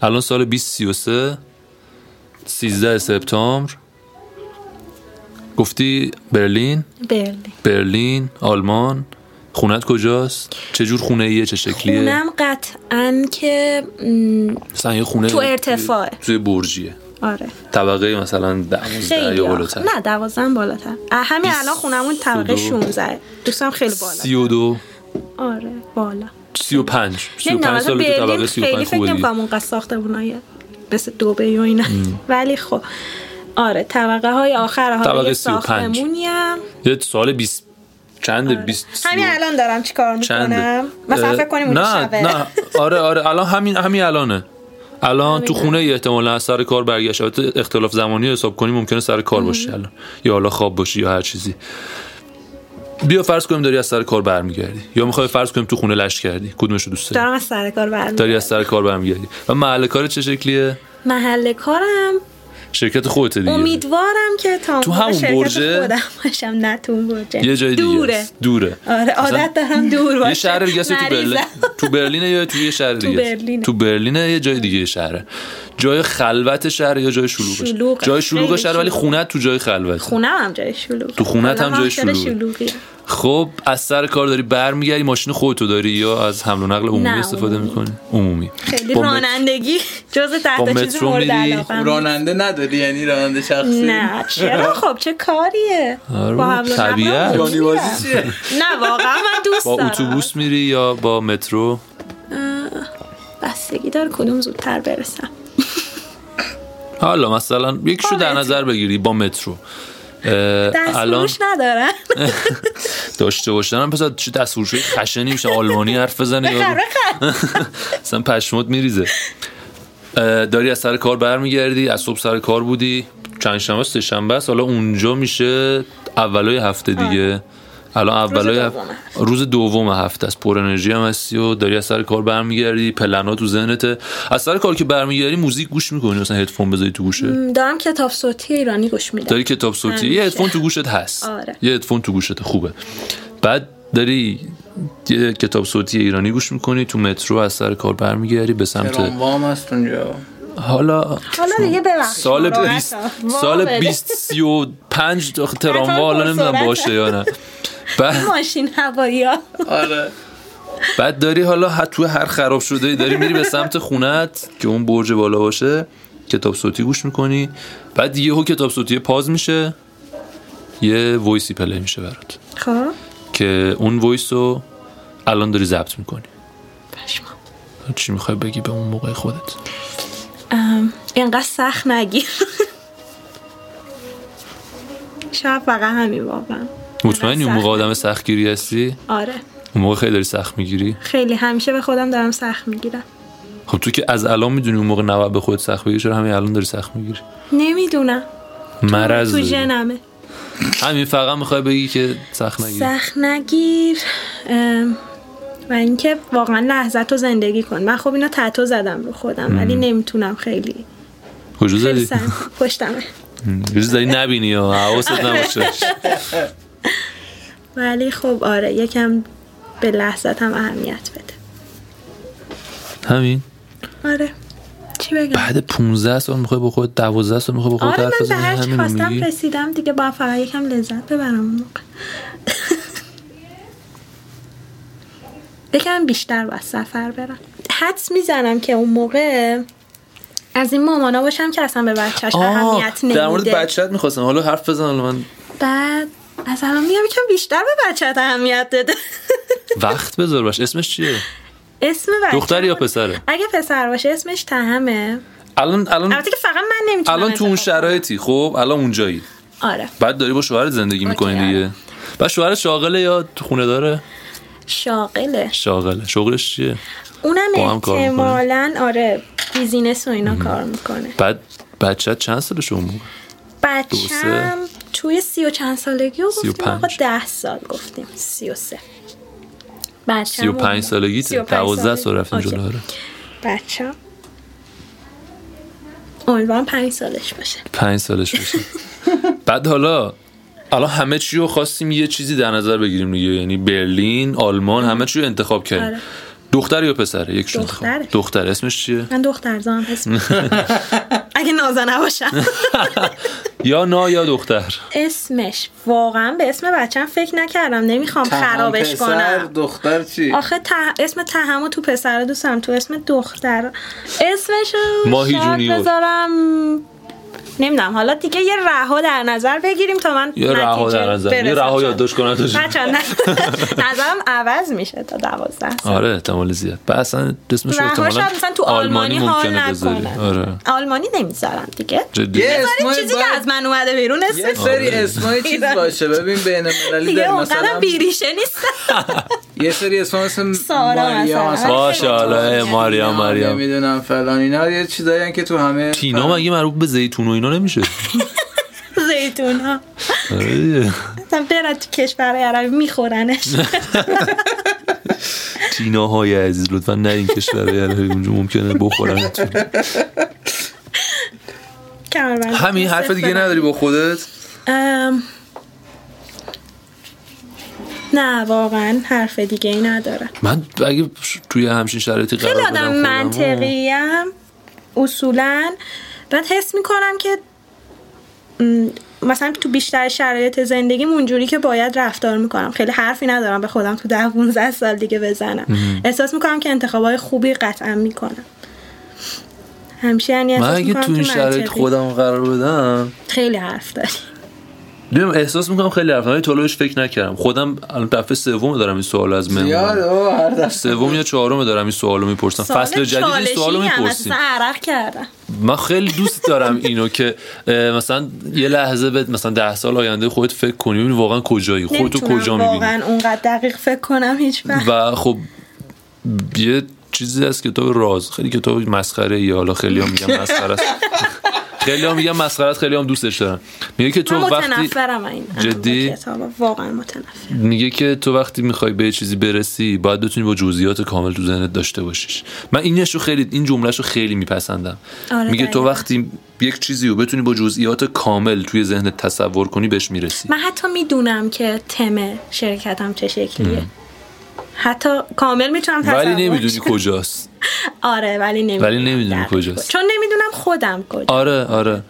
S2: الان سال 2033 13 سپتامبر گفتی برلین
S3: برلین
S2: برلین آلمان خونت کجاست چه جور خونه ایه چه شکلیه
S3: اونم قطعا که م،
S2: مثلا یه خونه
S3: تو ارتفاعه.
S2: توی برجیه
S3: آره
S2: طبقه مثلا 12
S3: خیلی
S2: یا
S3: آخ-
S2: بالاتر
S3: نه دوازن بالاتر اه، همین الان خونمون طبقه
S2: 22.
S3: 16 دوستم خیلی بالا
S2: 32
S3: آره بالا
S2: 35
S3: نمیدونم
S2: 35 سال
S3: اصلا
S2: تو
S3: برلین
S2: طبقه
S3: یعنی
S2: 35
S3: خیلی فکر
S2: خوبه دیگه
S3: نمیکنم اونقدر ساختمونای مثل دبی و اینا ولی خب آره طبقه های آخر حالا
S2: طبقه
S3: یه
S2: 35.
S3: ساختمونی هم
S2: یه سال 20 چند 20
S3: آره. همین الان دارم چیکار میکنم مثلا فکر کنیم اون
S2: نه
S3: شبه
S2: نه آره آره الان همین همین الانه الان تو خونه ای احتمالا از سر کار برگشت البته اختلاف زمانی رو حساب کنی ممکنه سر کار باشی الان یا حالا خواب باشی یا هر چیزی بیا فرض کنیم داری از سر کار برمیگردی یا میخوای فرض کنیم تو خونه لش کردی کدومش رو دوست داری
S3: دارم از سر کار برمی‌دارم.
S2: داری از سر کار برمیگردی و محل کار چه شکلیه
S3: محل کارم
S2: شرکت خودت دیگه
S3: امیدوارم که تا
S2: تو
S3: موقع
S2: همون
S3: شرکت
S2: برجه؟
S3: خودم باشم نه تو اون برجه
S2: یه جای دیگه
S3: دوره
S2: است. دوره
S3: آره
S2: مثلا
S3: عادت دارم دور باشه
S2: یه شهر دیگه است یا تو برلین
S3: مریضم.
S2: تو برلینه یا تو یه شهر دیگه است؟
S3: برلینه.
S2: تو برلینه یه جای دیگه شهره جای خلوت شهر یا جای شلوغش
S3: شلوغه.
S2: جای شلوغ
S3: خیلی
S2: شهر ولی
S3: شلوغ.
S2: خونه تو جای خلوت
S3: خونم هم جای شلوغ
S2: تو خونت هم جای شلوغه.
S3: شلوغی
S2: خب از سر کار داری برمیگردی ماشین خودتو داری یا از حمل و نقل عمومی
S3: نه،
S2: استفاده
S3: عمومی.
S2: میکنی عمومی
S3: خیلی
S2: با مت-
S3: رانندگی جز
S2: با
S3: تحت چیز
S2: مترو
S3: مورد
S2: میری؟
S3: علاقه
S1: راننده نداری یعنی راننده شخصی
S3: نه چرا خب چه کاریه
S2: آره،
S3: با حمل و نقل
S2: طبیعت.
S3: عمومی
S1: جانی
S3: میرم.
S1: یعنی بازی چیه
S3: نه واقعا من دوست
S2: با
S3: دارم
S2: اتوبوس میری یا با مترو
S3: بستگی داره کدوم زودتر برسم
S2: حالا مثلا یکیشو
S3: با
S2: در
S3: مترو.
S2: نظر بگیری با مترو اه،
S3: دست فروش ندارم
S2: داشته باشن هم پس چه دستورشوی خشنی میشه آلمانی حرف بزنه یارو [LAUGHS] مثلا پشمات میریزه اه، داری از سر کار برمیگردی از صبح سر کار بودی چند شنبه سه شنبه است حالا اونجا میشه اولای هفته دیگه الان اولای هف-
S3: دومه.
S2: روز دوم هفته است پر انرژی هم هستی و داری از سر کار برمیگردی پلنا تو ذهنته از سر کار که برمیگردی موزیک گوش میکنی مثلا هدفون بذاری تو گوشه
S3: دارم کتاب صوتی ایرانی گوش میدم
S2: داری کتاب صوتی
S3: همیشه.
S2: یه هدفون تو گوشت هست
S3: آره.
S2: یه هدفون تو گوشت خوبه بعد داری یه کتاب صوتی ایرانی گوش میکنی تو مترو از سر کار برمیگردی به سمت
S1: راموام هست اونجا
S2: حالا
S3: حالا دیگه ببخش
S2: سال 20
S3: بله.
S2: سال 20 35 آخه تراموا حالا نمیدونم
S3: پرسرعت.
S2: باشه یا نه بعد
S3: ماشین هوایی ها
S1: آره
S2: بعد داری حالا ه- تو هر خراب شده ای داری میری به سمت خونت که اون برج بالا باشه کتاب صوتی گوش میکنی بعد یهو کتاب صوتی پاز میشه یه وایسی پلی میشه برات
S3: خب
S2: که اون وایس رو الان داری ضبط میکنی
S3: پشمام
S2: چی میخوای بگی به اون موقع خودت
S3: ام، اینقدر سخت نگیر شاید فقط همین واقعا
S2: مطمئنی اون
S3: سخت.
S2: موقع آدم سختگیری هستی
S3: آره
S2: اون موقع خیلی داری سخت میگیری
S3: خیلی همیشه به خودم دارم سخت میگیرم
S2: خب تو که از الان میدونی اون موقع نباید به خودت سخت بگیری چرا همین الان داری سخت میگیری
S3: نمیدونم
S2: مرض
S3: تو
S2: داری.
S3: جنمه
S2: همین فقط میخوای بگی که سخت نگیری
S3: سخت نگیر ام، و اینکه واقعا لحظت رو زندگی کن من خب اینا تتو زدم رو خودم ولی نمیتونم خیلی
S2: کجا زدی
S3: خیلی
S2: [LAUGHS]
S3: سخت. آره. پشتمه
S2: یه چیز داری نبینی یا حواست نباشه
S3: ولی خب آره یکم به لحظت هم اهمیت بده
S2: همین
S3: آره چی بگم
S2: بعد 15 سال میخوای با خود 12 سال میخوای با خود
S3: آره من به هر چی خواستم رسیدم دیگه با فقط یکم لذت ببرم اون موقع [LAUGHS] یکم بیشتر باید سفر برم حدس میزنم که اون موقع از این مامانا باشم که اصلا به بچهش اهمیت نمیده
S2: در مورد بچت میخواستم حالا حرف بزن حالا من
S3: بعد از الان میگم یکم بیشتر به بچت اهمیت داده [LAUGHS]
S2: وقت بذار باش اسمش چیه
S3: اسم بچه
S2: دختر یا پسره
S3: اگه پسر باشه اسمش تهمه
S2: الان الان
S3: البته که فقط من نمیتونم
S2: الان تو اون
S3: انتخاب کنم.
S2: شرایطی خب الان اونجایی
S3: آره
S2: بعد داری با شوهرت زندگی میکنی
S3: اوکی، آره.
S2: دیگه بعد شوهرت شاغله یا تو خونه داره
S3: شاغله
S2: شاغله شغلش چیه
S3: اونم
S2: با هم کار می‌کنه.
S3: احتمالا آره بیزینس و اینا کار میکنه
S2: بعد بچت چند سال شما
S3: بچم توی سی و چند سالگی رو
S2: سی و
S3: گفتیم آقا
S2: پنج.
S3: ده سال گفتیم سی و سه بچم
S2: سی و پنج سالگی
S3: سی و پنج
S2: 12 سال
S3: سالگی.
S2: رفتیم
S3: اوکی.
S2: جلو آره.
S3: بچم امیدوارم پنج سالش باشه
S2: پنج سالش بشه بعد حالا الان همه چی رو خواستیم یه چیزی در نظر بگیریم دیگه یعنی برلین آلمان همه چی رو انتخاب کردیم
S3: آره.
S2: دختر یا پسره یک
S3: دختره.
S2: دختر اسمش چیه
S3: من دخترزا هم هست
S2: [LAUGHS]
S3: اگه نازا نباشم
S2: یا نا یا دختر
S3: اسمش واقعا به اسم بچم فکر نکردم نمیخوام خرابش
S1: پسر،
S3: کنم
S1: دختر چی
S3: آخه ته- اسم تهم و تو پسر دوستم تو اسم دختر اسمش رو
S2: ماهی
S3: شاید
S2: جونیور.
S3: بذارم نمیدونم حالا دیگه یه رها در نظر بگیریم تا من
S2: یا رها
S3: نتیجه
S2: در نظر یا
S3: برسم.
S2: رها یادداشت کنم تو
S3: بچه ها، نه. [LAUGHS] نظرم عوض میشه تا دوازده سال.
S2: آره احتمال زیاد بعد اصلا اسمش رو
S3: رها
S2: احتمالاً
S3: شاید مثلا تو آلمانی حال
S2: ممکنه بذاری
S3: نکنه
S2: آره
S3: آلمانی نمیذارن دیگه
S2: جدی
S1: یه
S3: این
S1: اسمایی
S3: چیزی که
S1: باید-
S3: از من اومده بیرون اسم
S1: یه سری
S2: آره.
S1: اسمای چیز
S3: ایران.
S1: باشه ببین بین المللی
S3: دیگه
S1: داره
S3: اونقدر
S1: مثلا
S3: بیریشه
S1: [LAUGHS]
S3: نیست
S1: یه سری اسما مثل
S3: سارا مثلا.
S1: ماریا مثلا
S2: باشه حالا ماریا ماریا
S1: نمیدونم فلان اینا یه چیزایی که تو همه
S2: تینا مگه مربوط به زیتون و اینا نمیشه
S3: زیتون ها
S2: آره دیگه.
S3: مثلا برن تو کشور عربی میخورنش
S2: تیناهای عزیز لطفا نه این کشور عربی اونجا ممکنه بخورن
S3: کمربند
S2: همین حرف دیگه نداری با خودت
S3: ام، نه واقعا حرف دیگه ای ندارم
S2: من اگه ش- توی همچین شرایطی قرار
S3: خیلی
S2: بدم
S3: آدم
S2: خودمو-
S3: منطقیم اصولا بعد حس میکنم که م، مثلا تو بیشتر شرایط زندگیم اونجوری که باید رفتار میکنم خیلی حرفی ندارم به خودم تو ده 15 سال دیگه بزنم احساس میکنم که انتخابای خوبی قطعا میکنم همیشه یعنی
S2: من
S3: احساس
S2: اگه
S3: می‌کنم
S2: تو این
S3: که
S2: شرایط
S3: منطقی.
S2: خودم قرار بدم
S3: خیلی حرف داری
S2: دیم احساس میکنم خیلی حرف ولی تا حالا بهش فکر نکردم خودم الان دفعه سوم دارم این سوال از من
S1: یاد او هر دفعه
S2: سوم یا چهارم دارم این سوالو میپرسم [LAUGHS] فصل جدید این سوالو
S3: چالشی هم،
S2: میپرسیم
S3: اصلا عرق کردم
S2: من خیلی دوست دارم اینو که اه، مثلا یه لحظه به مثلا ده سال آینده خودت فکر کنی ببینی واقعا کجایی خودتو
S3: نمیتونم
S2: کجا میبینی
S3: واقعا اونقدر دقیق فکر کنم هیچ وقت
S2: و خب یه چیزی از کتاب راز خیلی کتاب مسخره ای حالا خیلی هم میگم مسخره
S3: [LAUGHS]
S2: است خیلی هم میگم مسخره است خیلی هم دوستش دارم میگه که تو
S3: من
S2: وقتی
S3: متنفرم این این
S2: جدی؟
S3: کتابا. واقعا متنفر
S2: میگه که تو وقتی میخوای به یه چیزی برسی باید بتونی با جزئیات کامل تو ذهنت داشته باشیش من اینش رو خیلی این جملهش رو خیلی میپسندم
S3: آره،
S2: میگه تو
S3: دقیقاً.
S2: وقتی یک چیزی رو بتونی با جزئیات کامل توی ذهنت تصور کنی بهش میرسی
S3: من حتی میدونم که تم شرکتم چه شکلیه حتی کامل میتونم تصور
S2: ولی نمیدونی کجاست
S3: آره ولی نمیدونم
S2: ولی نمیدونی
S3: دقیق
S2: کجاست.
S3: چون نمیدونم خودم کجا
S2: آره آره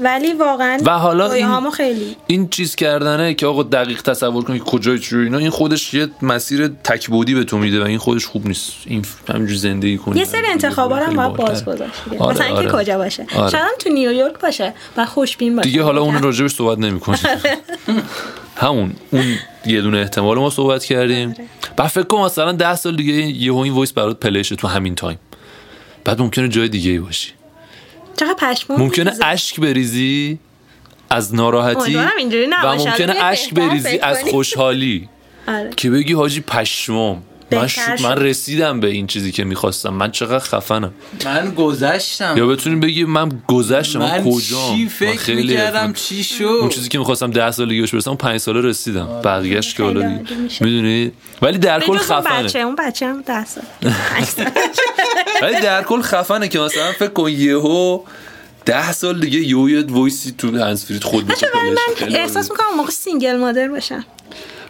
S3: ولی واقعا
S2: و حالا این-
S3: رویاهامو خیلی
S2: این چیز کردنه که آقا دقیق تصور کنی که کجای چی اینا این خودش یه مسیر تکبودی به تو میده و این خودش خوب نیست این همینجوری زندگی کنی
S3: یه سری انتخابا رو هم
S2: خیلی
S3: باید
S2: باحال‌تره.
S3: باز گذاشت دیگه.
S2: آره،
S3: مثلا اینکه
S2: آره.
S3: کجا باشه
S2: آره.
S3: شاید هم تو نیویورک باشه و خوشبین باشه
S2: دیگه حالا اون راجبش صحبت
S3: [LAUGHS]
S2: نمیکنیم همون اون یه دونه احتمال ما صحبت کردیم
S3: آره.
S2: بعد فکر کنم مثلا ده سال دیگه یه این وایس برات پلیشه تو همین تایم بعد ممکنه جای دیگه ای باشی
S3: چقدر پشمام
S2: ممکنه
S3: می‌ریزه.
S2: اشک بریزی از ناراحتی
S3: امیدوارم اینجوری
S2: و
S3: نباشه.
S2: ممکنه
S3: الان یه
S2: اشک
S3: بهتر
S2: بریزی
S3: فکر
S2: از
S3: کنی.
S2: خوشحالی
S3: آره.
S2: که بگی حاجی پشمام من,
S3: بهتر
S2: شو-
S3: شد.
S2: من رسیدم به این چیزی که میخواستم من چقدر خفنم
S1: من
S2: یا
S1: گذشتم
S2: بتونی بگی من گذشتم من,
S1: من
S2: کجام
S1: چی
S2: من
S1: فکر
S2: خیلی
S1: میکردم
S2: من-
S1: چی
S2: اون
S3: خب.
S1: شد
S2: چیزی که میخواستم ده سالگی بهش برسم پنج ساله رسیدم بقیهش که حالا
S3: آره. خیلی
S2: دیگه.
S3: عالی میشه.
S2: میدونی ولی در کل
S3: بجز اون
S2: خفنه
S3: بچه اون بچه هم ده سال
S2: ولی در کل خفنه که مثلا فکر کن یهو ده سال دیگه یهو یه وایسی تو هنسفریت خود میشه
S3: ولی من احساس میکنم اون موقع سینگل مادر باشم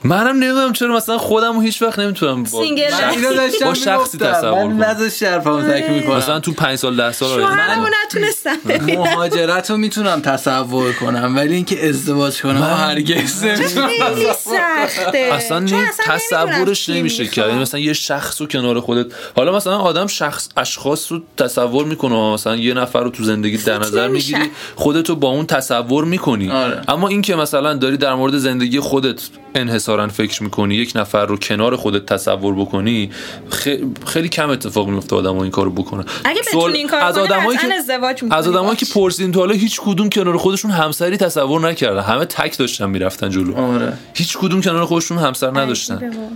S2: منم نمیدونم چرا مثلا خودم رو هیچ وقت نمیتونم با
S3: سینگل.
S1: من اینو داشتم
S2: با شخصی
S1: می‌گفتم.
S2: تصور
S1: من
S2: کنم.
S1: نذاش حرفمو تک
S3: آره.
S2: مثلا
S1: میکنم
S2: تو 5 سال 10 سال آینده آره. من-
S3: شوهرمو
S2: [LAUGHS]
S3: نتونستم
S1: مهاجرت رو میتونم تصور کنم ولی اینکه ازدواج کنم هرگز نمیتونم
S3: خیلی سخته
S2: اصلا
S3: چون
S2: نمی-
S3: اصلا
S2: تصورش
S3: نمی‌دونم کی
S2: نمیشه که یعنی
S3: می‌خوام.
S2: مثلا یه شخص رو کنار خودت حالا مثلا آدم شخص اشخاص رو تصور میکنه مثلا یه نفر رو تو زندگی در نظر
S3: نمی‌شن.
S2: میگیری خودت رو با اون تصور میکنی
S1: آره.
S2: اما این که مثلا داری در مورد زندگی خودت انحصارا فکر میکنی یک نفر رو کنار خودت تصور بکنی خ- خیلی کم اتفاق میفته آدمو این کارو بکنه
S3: اگه
S2: سوال-
S3: بتونی این کارو
S2: از
S3: کنی،
S2: آدمایی
S3: قطعاً
S2: که
S3: ازدواج می‌کنی
S2: از آدمایی که
S3: باهاش.
S2: پرسیدیم تا حالا هیچ کدوم کنار خودشون همسری تصور نکردن همه تک داشتن میرفتن جلو
S1: آره.
S2: هیچ کدوم کنار خودشون همسر
S3: آره،
S2: نداشتن
S3: عجیبه واقعاً.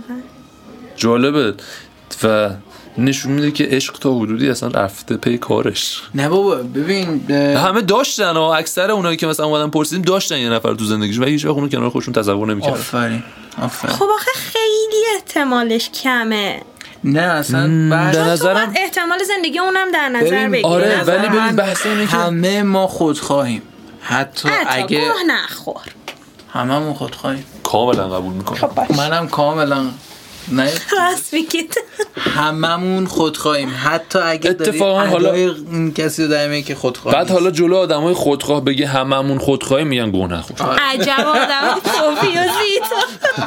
S2: جالبه و نشون میده که عشق تا حدودی اصلا رفته پی کارش
S1: نه بابا ببین اه،
S2: همه داشتن و اکثر اونایی که مثلا اومدن پرسیدیم داشتن یه نفر تو زندگیشون و هیچ وقت اونو کنار خودشون تصور نمیکردن
S1: آفرین آفرین
S3: خب آخه خیلی احتمالش کمه
S1: نه اصلا بحث-
S2: در
S3: تو باید
S2: نظرم
S3: احتمال زندگی اونم در نظر
S1: ببین،
S3: بگیری
S2: آره،
S3: نظر
S2: ولی
S3: من.
S2: ببین، بحث اینه که-
S1: همه ما خودخواهیم حتی
S3: حتی
S1: اگه
S3: گوه نخور
S1: همه ما خودخواهیم
S2: کاملا قبول میکنم
S3: خب،
S1: منم کاملا نه
S3: راست میگید
S1: هممون خودخواهیم حتی اگه
S2: اتفاقاً
S1: داری
S2: حالا-
S1: ادای این کسی رو در میاری که خودخواه
S2: بعد حالا جلو آدمای خودخواه بگه هممون خودخواهی میگن گوه نخور
S3: عجب آدم پوفیوزی تو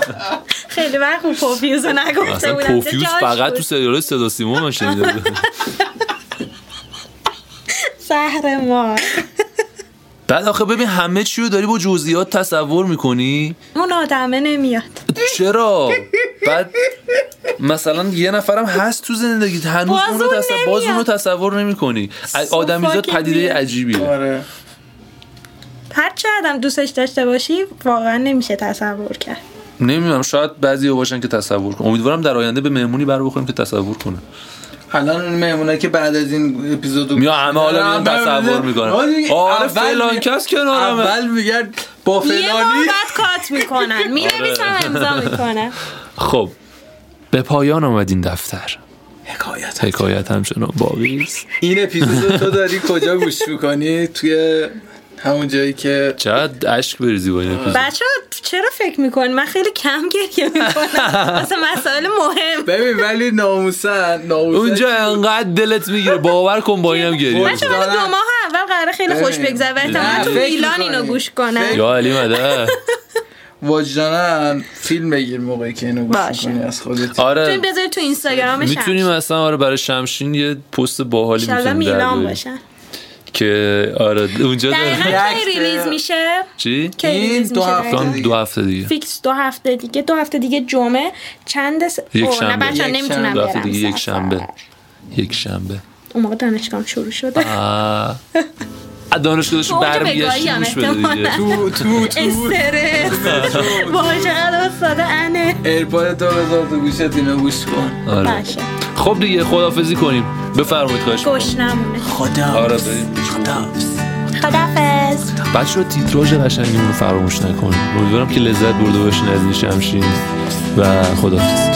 S3: خیلی وقت اون پوفیوز رو نگفته
S2: اصلا
S3: بودم چه
S2: پوفیوز
S3: جاش
S2: فقط تو
S3: بود.
S2: سریال صدا سیما من شنیده بودم.
S3: زهر ما
S2: بعد آخه ببین همه چی رو داری با جزئیات تصور میکنی
S3: اون آدمه نمیاد
S2: چرا بعد مثلا یه نفرم هست تو زندگیت هنوز
S3: باز
S2: اون رو
S3: اون
S2: تصور باز اونو
S3: نمیاد.
S2: تصور نمیکنی آدمیزاد
S3: fucking
S2: پدیده
S3: weird.
S2: عجیبیه
S1: آره
S3: هر چه آدم دوستش داشته باشی واقعا نمیشه تصور کرد
S2: نمیدونم شاید بعضی باشن که تصور کنن امیدوارم در آینده به مهمونی بر بخوریم که تصور کنه
S1: الان اون مهمونه که بعد از این اپیزودو
S2: میان همه حالا میان
S1: همه
S2: تصور
S1: میگن-
S2: می‌کنن.
S1: آره دیگه،
S2: آره،
S1: اول
S2: فلان
S1: میگن-
S2: کس کنارمه.
S1: اول میگن با
S3: یه بار
S1: فلانی آره.
S3: بعد کات میکنن مینویسم امضا
S1: [LAUGHS]
S3: میکنم
S2: خب به پایان آمد این دفتر
S1: حکایت
S2: حکایت همچنان باقی است
S1: این اپیزود رو تو داری کجا گوش میکنی توی همون جایی که
S2: چقدر اشک بریزی با این اپیزود
S3: بچه چرا فکر میکنی من خیلی کم گریه
S1: [LAUGHS]
S3: میکنم واسه مسائل مهم
S1: ببین ولی ناموسن ناموسن
S2: اونجا انقدر دلت میگیره باور کن با اینم گریه
S1: باشه.
S3: بچه ولی دو
S1: دارم.
S3: ماه اول قراره خیلی خوش
S1: ببین.
S3: بگذره و
S1: نه،
S3: احتمالا تو
S1: فکر
S3: میلان
S1: می‌کنی.
S3: اینو گوش کنم
S1: فکر-
S2: یا علی مده
S1: وجدانن فیلم بگیر موقعی که اینو گوش
S3: باشه.
S1: میکنی از خودت
S2: آره
S3: میتونی بذاری تو اینستاگرام
S2: میتونیم اصلا آره برای شمشین یه پست باحالی
S3: انشالله
S2: میتونیم در
S3: میلان
S2: بیاریم.
S3: باشن
S2: که آره اونجا داره
S3: دقیقا کی
S1: یک-
S3: ریلیز میشه
S2: چی؟
S3: کی
S1: این
S3: ریلیز
S1: دو
S3: میشه
S1: هفته
S3: دقیقاً؟
S2: دو-
S1: دیگه.
S2: دو هفته دیگه
S3: فیکس دو هفته دیگه دو هفته دیگه جمعه چند س...
S2: یک
S3: اوه، نه
S2: شنبه.
S3: بچه
S1: یک
S3: نمیتونم
S1: شنبه.
S2: دو
S3: برم
S2: هفته دیگه یک
S3: سفر.
S2: شنبه یک شنبه
S3: اون موقع دانشگاهم شروع شده
S2: آه. از دانشگاهش
S3: تو اونجا
S2: برمیگشتی
S3: بگاهی
S2: گوش
S3: هم
S2: بده دیگه
S3: احتمالاً.
S1: تو تو تو
S3: استرس واژه ساده انه
S1: ایرپاد تو بذار تو گوشت اینو گوش کن
S2: آره.
S3: باشه
S2: خب دیگه خدافزی کنیم بفرمایید خواهش
S3: گوش نمونه
S1: خدا
S2: آره بریم.
S3: خدافز
S2: بچه ها تیتراژ قشنگمون رو فراموش نکنیم امیدوارم که لذت برده باشین از این شمشین و خدافز